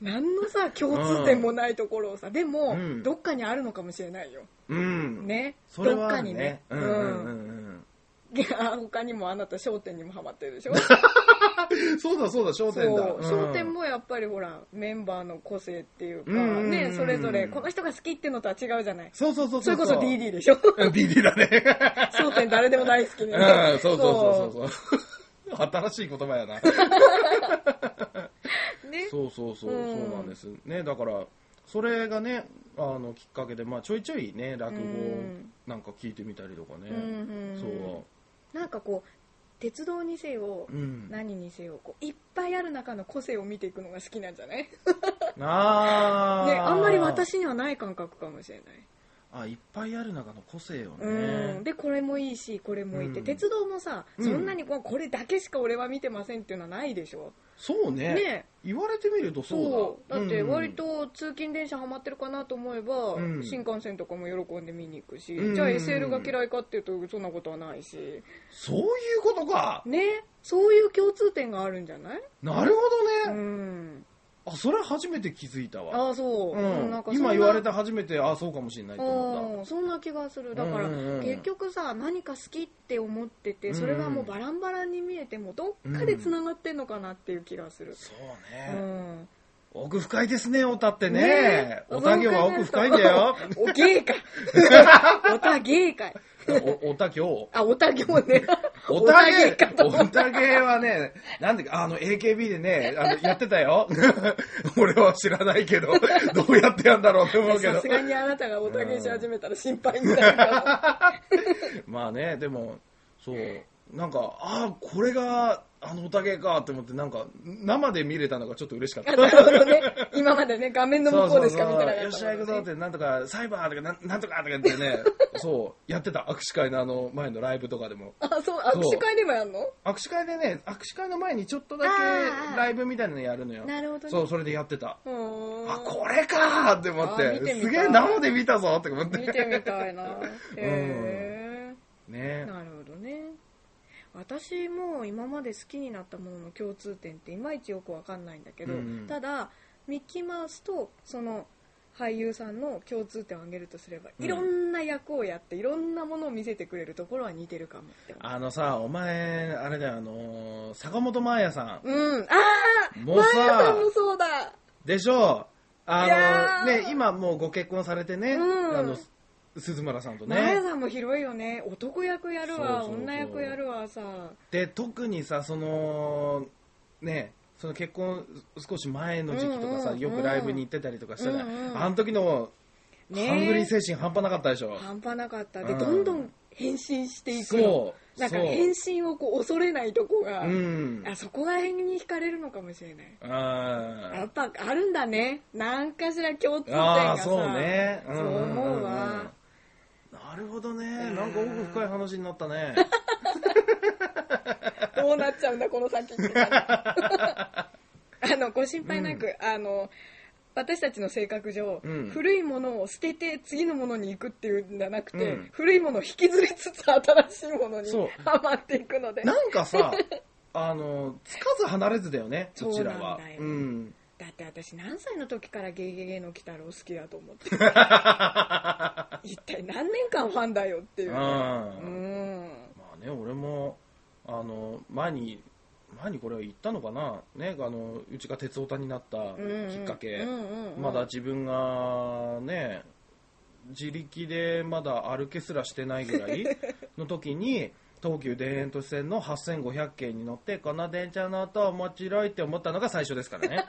[SPEAKER 2] 何のさ共通点もないところをさでも、
[SPEAKER 1] うん
[SPEAKER 2] どっかにあるのかもしれないよ
[SPEAKER 1] うん。
[SPEAKER 2] ね
[SPEAKER 1] それ
[SPEAKER 2] どっ
[SPEAKER 1] はあ
[SPEAKER 2] か
[SPEAKER 1] る
[SPEAKER 2] にね
[SPEAKER 1] うんうんうん
[SPEAKER 2] いや 他にもあなた『笑点』にもハマってるでしょ
[SPEAKER 1] うん。そうだそうだ、焦
[SPEAKER 2] そ
[SPEAKER 1] 点だ。
[SPEAKER 2] う『
[SPEAKER 1] うん
[SPEAKER 2] 笑点』もやっぱりほらメンバーの個性っていうか、
[SPEAKER 1] うんうんうん
[SPEAKER 2] ねそれぞれこの人が好きっていうのとは違うじゃない
[SPEAKER 1] そうそうそう
[SPEAKER 2] それこそ
[SPEAKER 1] DD。
[SPEAKER 2] DD でしょ
[SPEAKER 1] うん DD だね。
[SPEAKER 2] 『笑点』誰でも大好きで、
[SPEAKER 1] うん、そうそうそうそうそう。新しい言葉やな。
[SPEAKER 2] ね
[SPEAKER 1] そうそうそう、
[SPEAKER 2] う
[SPEAKER 1] そ
[SPEAKER 2] ん
[SPEAKER 1] うなんです。ね、だから、それがね、あの、きっかけで、まあ、ちょいちょいね、落語
[SPEAKER 2] うん
[SPEAKER 1] なんか聞いてみたりとかね。
[SPEAKER 2] うんうん
[SPEAKER 1] そ
[SPEAKER 2] なんかこう鉄道にせよ
[SPEAKER 1] う。うん。
[SPEAKER 2] 何にせよこういっぱいある中の個性を見ていくのが好きなんじゃない、ね、
[SPEAKER 1] あー
[SPEAKER 2] あんまり。私にはない感覚かもしれない
[SPEAKER 1] あ、いっぱいある中の個性を
[SPEAKER 2] うん
[SPEAKER 1] ね。
[SPEAKER 2] でこれもいいしこれもいいって、
[SPEAKER 1] うん
[SPEAKER 2] 鉄道もさ
[SPEAKER 1] うん
[SPEAKER 2] そんなにこうこれだけしか俺は見てませんっていうのはないでしょ、
[SPEAKER 1] そうね
[SPEAKER 2] ね
[SPEAKER 1] 言われてみると
[SPEAKER 2] そう
[SPEAKER 1] そうだ。
[SPEAKER 2] だって
[SPEAKER 1] うん
[SPEAKER 2] 割と通勤電車ハマってるかなと思えば、
[SPEAKER 1] うん
[SPEAKER 2] 新幹線とかも喜んで見に行くし、
[SPEAKER 1] うん
[SPEAKER 2] じゃあ SL が嫌いかっていうとそんなことはないし
[SPEAKER 1] そういうことか。
[SPEAKER 2] ねそういう共通点があるんじゃない
[SPEAKER 1] なるほ
[SPEAKER 2] う
[SPEAKER 1] どね。
[SPEAKER 2] ん
[SPEAKER 1] あ、それ初めて気づいたわ。
[SPEAKER 2] ああそう、
[SPEAKER 1] うん
[SPEAKER 2] なんかそんな
[SPEAKER 1] 今言われて初めて、あ、そうかもしれないと思っ
[SPEAKER 2] うんそんな気がするだから、
[SPEAKER 1] うんうんうん
[SPEAKER 2] 結局さ何か好きって思って
[SPEAKER 1] う
[SPEAKER 2] て
[SPEAKER 1] んうん
[SPEAKER 2] それがもうバランバランに見えてもどっかでつながってんのかなっていう気がする
[SPEAKER 1] た。、そう
[SPEAKER 2] う
[SPEAKER 1] ね。
[SPEAKER 2] ん、
[SPEAKER 1] 奥深いですね、おたってね。
[SPEAKER 2] ね
[SPEAKER 1] おた行は奥深いんだよ。
[SPEAKER 2] お芸かおた芸か
[SPEAKER 1] お、おた行。
[SPEAKER 2] あおた行ね
[SPEAKER 1] おた
[SPEAKER 2] 芸
[SPEAKER 1] げ、おたげはね、なんで、あの、AKB でね、あの、やってたよ。 俺は知らない けど、どうやってやんだろうと思うけ
[SPEAKER 2] さ
[SPEAKER 1] ど
[SPEAKER 2] す。がにあなたがおた芸し始めたら心配になるから
[SPEAKER 1] まあね、でも、そう、なんか、ああ、これが、あのおたげかって思って、なんか、生で見れたのがちょっと嬉しかった
[SPEAKER 2] あ。なるほどね今までね画面の向こうでしか見てなかった
[SPEAKER 1] よっしゃ行くぞ
[SPEAKER 2] か
[SPEAKER 1] って、なんとか、サイバーとか、なんなんとかとか言って ね、そう、やってた。握手会のあの、前のライブとかでも。
[SPEAKER 2] らあそう
[SPEAKER 1] そう
[SPEAKER 2] 握手会でもやんの
[SPEAKER 1] 握手会でね、握手会の前にちょっとだけ
[SPEAKER 2] あー
[SPEAKER 1] ライブみたいなのやるのよ。
[SPEAKER 2] なるほどね
[SPEAKER 1] そう、それでやってた。
[SPEAKER 2] うーん
[SPEAKER 1] あ、これかーって思っ
[SPEAKER 2] あー見
[SPEAKER 1] て、
[SPEAKER 2] てみたい
[SPEAKER 1] すげえ生で見たぞって思って。
[SPEAKER 2] 見てみたいなへえ
[SPEAKER 1] ね
[SPEAKER 2] なるほどね私も今まで好きになったものの共通点っていまいちよくわかんないんだけど、
[SPEAKER 1] うんうん
[SPEAKER 2] ただミッキーマウスとその俳優さんの共通点を挙げるとすれば、
[SPEAKER 1] うん
[SPEAKER 2] いろんな役をやっていろんなものを見せてくれるところは似てるかもって思う
[SPEAKER 1] あのさ、お前、あれだよ、あのー坂本真綾さ
[SPEAKER 2] うんああ
[SPEAKER 1] ん。もう
[SPEAKER 2] マヤさ
[SPEAKER 1] さ
[SPEAKER 2] ん、もそうだ
[SPEAKER 1] でしょ
[SPEAKER 2] い
[SPEAKER 1] あ
[SPEAKER 2] や
[SPEAKER 1] の、
[SPEAKER 2] ー
[SPEAKER 1] ね、今もうご結婚されてね、
[SPEAKER 2] うん
[SPEAKER 1] あの、す鈴村さんと
[SPEAKER 2] マヤ
[SPEAKER 1] ね。
[SPEAKER 2] さんも広いよね男役やるわ
[SPEAKER 1] そうそうそう
[SPEAKER 2] 女役やるわさ
[SPEAKER 1] で、特にさ、その、ね、その結婚少し前の時期とかさ、
[SPEAKER 2] うんうん
[SPEAKER 1] よくライブに行ってたりとかしたら、
[SPEAKER 2] うんうん
[SPEAKER 1] あの時の、
[SPEAKER 2] ね
[SPEAKER 1] ハングリー精神半端なかったでしょ。
[SPEAKER 2] 半端なかったで、
[SPEAKER 1] うん
[SPEAKER 2] どんどん変身していくの
[SPEAKER 1] そう。
[SPEAKER 2] なんか
[SPEAKER 1] そう
[SPEAKER 2] 変身をこう恐れないとこが、
[SPEAKER 1] うん。
[SPEAKER 2] あそこら辺に惹かれるのかもしれないや
[SPEAKER 1] あ
[SPEAKER 2] っぱあるんだね何かしら共通
[SPEAKER 1] ー
[SPEAKER 2] 点が
[SPEAKER 1] あー、
[SPEAKER 2] さ
[SPEAKER 1] そうね。ん
[SPEAKER 2] そう思うわ
[SPEAKER 1] なるほどね。
[SPEAKER 2] ん
[SPEAKER 1] なんか奥深い話になったね。
[SPEAKER 2] どうなっちゃうんだこ の先って感じあのご心配なく、あの私たちの性格上、
[SPEAKER 1] うん
[SPEAKER 2] 古いものを捨てて次のものに行くっていうんじゃなくて、
[SPEAKER 1] うん
[SPEAKER 2] 古いものを引きずりつつ新しいものに
[SPEAKER 1] そう
[SPEAKER 2] ハマっていくので
[SPEAKER 1] なんかさ、あの、つかず離れずだよね、うちらは
[SPEAKER 2] そうなんだ。よ
[SPEAKER 1] うん。。
[SPEAKER 2] だって私何歳の時からゲゲゲの鬼太郎好きだと思って一体何年間ファンだよっていううんね
[SPEAKER 1] ま
[SPEAKER 2] うん
[SPEAKER 1] あね、俺も、あの、前に、前にこれは言ったのかな。ね、あの、うちが鉄オタになった
[SPEAKER 2] うん
[SPEAKER 1] きっかけ。
[SPEAKER 2] うんうんうん
[SPEAKER 1] まだ自分がね、自力でまだ歩けすらしてないぐらいの時に、東急田園都市線の8500系に乗って、この電車の音面白いって思ったのが最初ですからね。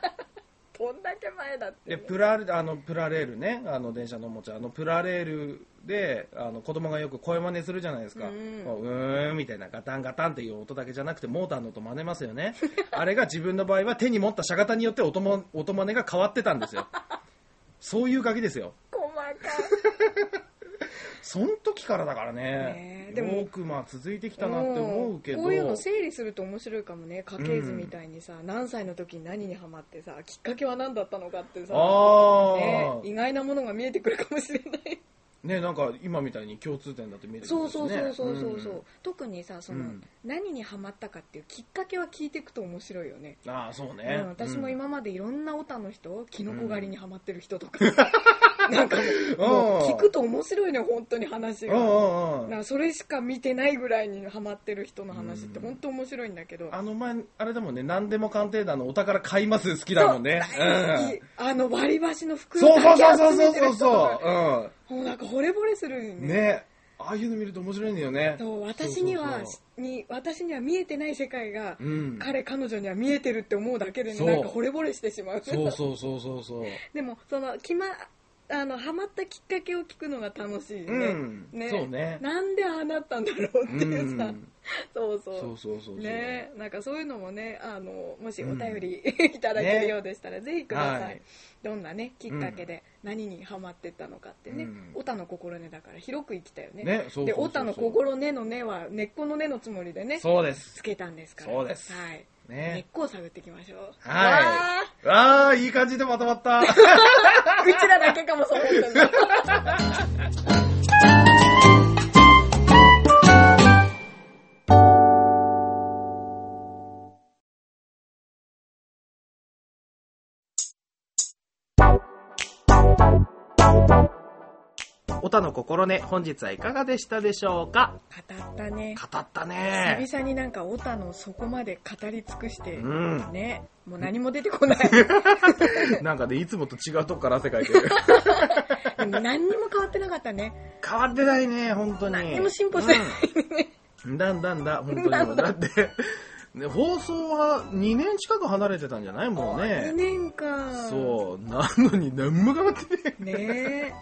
[SPEAKER 2] どんだけ前だってね
[SPEAKER 1] で、プラ、あの、プラレールね、あの電車のおもちゃ、あのプラレールで、あの子供がよく声真似するじゃないですか。
[SPEAKER 2] う
[SPEAKER 1] うんーんみたいなガタンガタンっていう音だけじゃなくて、モーターの音真似ますよね。 あれが自分の場合は手に持った車型によって音も、音真似が変わってたんですよ。そういうガキですよ。
[SPEAKER 2] 細かい
[SPEAKER 1] その時からだから
[SPEAKER 2] ね
[SPEAKER 1] ね
[SPEAKER 2] えでも
[SPEAKER 1] よくまあ続いてきたなって思うけど
[SPEAKER 2] んこういうの整理すると面白いかもね家系図みたいにさ、何歳の時に何にハマってさきっかけは何だったのかってさ、
[SPEAKER 1] あ
[SPEAKER 2] ね
[SPEAKER 1] あ、
[SPEAKER 2] 意外なものが見えてくるかもしれない
[SPEAKER 1] ねなんか今みたいに共通点だって見えてくるんで
[SPEAKER 2] そう
[SPEAKER 1] す
[SPEAKER 2] そう
[SPEAKER 1] ね
[SPEAKER 2] そうそうそうそう、
[SPEAKER 1] ん
[SPEAKER 2] 特にさその、
[SPEAKER 1] うん
[SPEAKER 2] 何にハマったかっていうきっかけは聞いていくと面白いよね
[SPEAKER 1] ああそう
[SPEAKER 2] う
[SPEAKER 1] ね
[SPEAKER 2] ん、私も今までいろんなオタの人キノコ狩りにハマってる人とか、 なんかもう聞くと面白いね本当に話
[SPEAKER 1] うんう
[SPEAKER 2] が。
[SPEAKER 1] んうん
[SPEAKER 2] なんかそれしか見てないぐらいにハマってる人の話って本当面白いんだけど、
[SPEAKER 1] あの前あれだもんね何でも鑑定団のお宝買います好きだもんね
[SPEAKER 2] 大好きあの割り箸の
[SPEAKER 1] うん
[SPEAKER 2] 袋
[SPEAKER 1] そう
[SPEAKER 2] だ
[SPEAKER 1] そう
[SPEAKER 2] け
[SPEAKER 1] そうそう
[SPEAKER 2] 集めて
[SPEAKER 1] そう
[SPEAKER 2] る人と
[SPEAKER 1] そ
[SPEAKER 2] か
[SPEAKER 1] う、
[SPEAKER 2] もうなんか惚れ惚れするよ
[SPEAKER 1] うん、
[SPEAKER 2] ね
[SPEAKER 1] ねああいうの見ると面白いんだよね
[SPEAKER 2] そう私には
[SPEAKER 1] そうそう
[SPEAKER 2] に私には見えてない世界が、
[SPEAKER 1] そううん
[SPEAKER 2] 彼彼女には見えてるって思うだけで、ね、
[SPEAKER 1] そう
[SPEAKER 2] なんか惚れ惚れしてしまう
[SPEAKER 1] そうそうそうそうそう
[SPEAKER 2] でもその決まあのハマったきっかけを聞くのが楽しいね,、
[SPEAKER 1] うん
[SPEAKER 2] ね
[SPEAKER 1] そうね
[SPEAKER 2] なんでああなったんだろうっていうさ、
[SPEAKER 1] うん
[SPEAKER 2] そうそう
[SPEAKER 1] そうそうそうそう
[SPEAKER 2] ねなんかそういうのもねあのもしお便り、 いただけるようでしたら、ぜひください、
[SPEAKER 1] はい
[SPEAKER 2] どんなねきっかけで何にハマってったのかってね
[SPEAKER 1] うん
[SPEAKER 2] オタ、の心根だから広く生きたよね
[SPEAKER 1] ねそうそうそうそう
[SPEAKER 2] でオタの心根の根は根っこの根のつもりでね
[SPEAKER 1] そうです
[SPEAKER 2] つけたんですから
[SPEAKER 1] そうです
[SPEAKER 2] はい根っ
[SPEAKER 1] ね
[SPEAKER 2] こを探っていきましょう
[SPEAKER 1] はい
[SPEAKER 2] わー
[SPEAKER 1] ああいい感じでまとまった
[SPEAKER 2] うちらだけかもそう思ってる。
[SPEAKER 1] おたの心根本日はいかがでしたでしょうか
[SPEAKER 2] 語ったね。
[SPEAKER 1] 語ったね
[SPEAKER 2] 久々になんかオタのそこまで語り尽くして、
[SPEAKER 1] うん
[SPEAKER 2] ね、もう何も出て こない。
[SPEAKER 1] なんかねいつもと違うとこから汗かいてる
[SPEAKER 2] でも何にも変わってなかったね。
[SPEAKER 1] 変わってないね本当に
[SPEAKER 2] 何にも進歩してない
[SPEAKER 1] うんだんだんだ本当に
[SPEAKER 2] だ
[SPEAKER 1] も
[SPEAKER 2] ん
[SPEAKER 1] う
[SPEAKER 2] だ
[SPEAKER 1] だってね放送は2年近く離れてたんじゃないもうね
[SPEAKER 2] 2年か。
[SPEAKER 1] そうなのに何も変わってねえ
[SPEAKER 2] ねえ。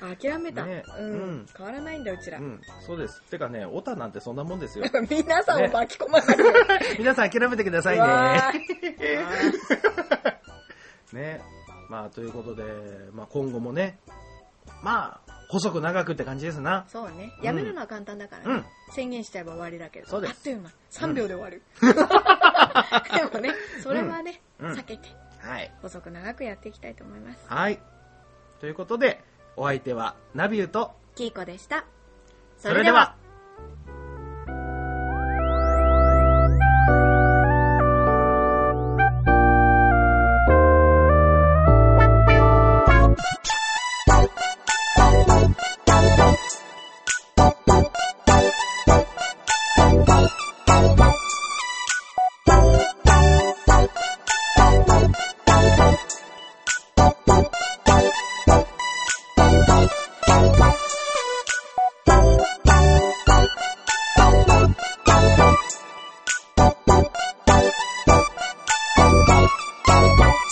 [SPEAKER 2] 諦めた、
[SPEAKER 1] ねえ
[SPEAKER 2] うん。
[SPEAKER 1] うん
[SPEAKER 2] 変わらないんだ、うちら。
[SPEAKER 1] うん、そうです。てかね、オタなんてそんなもんですよ。
[SPEAKER 2] 皆さんを巻き込まないで。
[SPEAKER 1] 皆さん諦めてください
[SPEAKER 2] わ
[SPEAKER 1] ね。
[SPEAKER 2] ーわ
[SPEAKER 1] ね。まあ、ということで、まあ今後もね、まあ、細く長くって感じですな
[SPEAKER 2] ー。そうね。やめるのは簡単だから
[SPEAKER 1] う
[SPEAKER 2] ね。
[SPEAKER 1] ん
[SPEAKER 2] 宣言しちゃえば終わりだけど。
[SPEAKER 1] そうです
[SPEAKER 2] あっという間。3秒で終 わる。でもね、それはね、
[SPEAKER 1] うんうん
[SPEAKER 2] 避けて、
[SPEAKER 1] はい。
[SPEAKER 2] 細く長くやっていきたいと思います。
[SPEAKER 1] はい。ということで、お相手はナビューと、
[SPEAKER 2] キイコでした。
[SPEAKER 1] それでは。
[SPEAKER 4] Bye.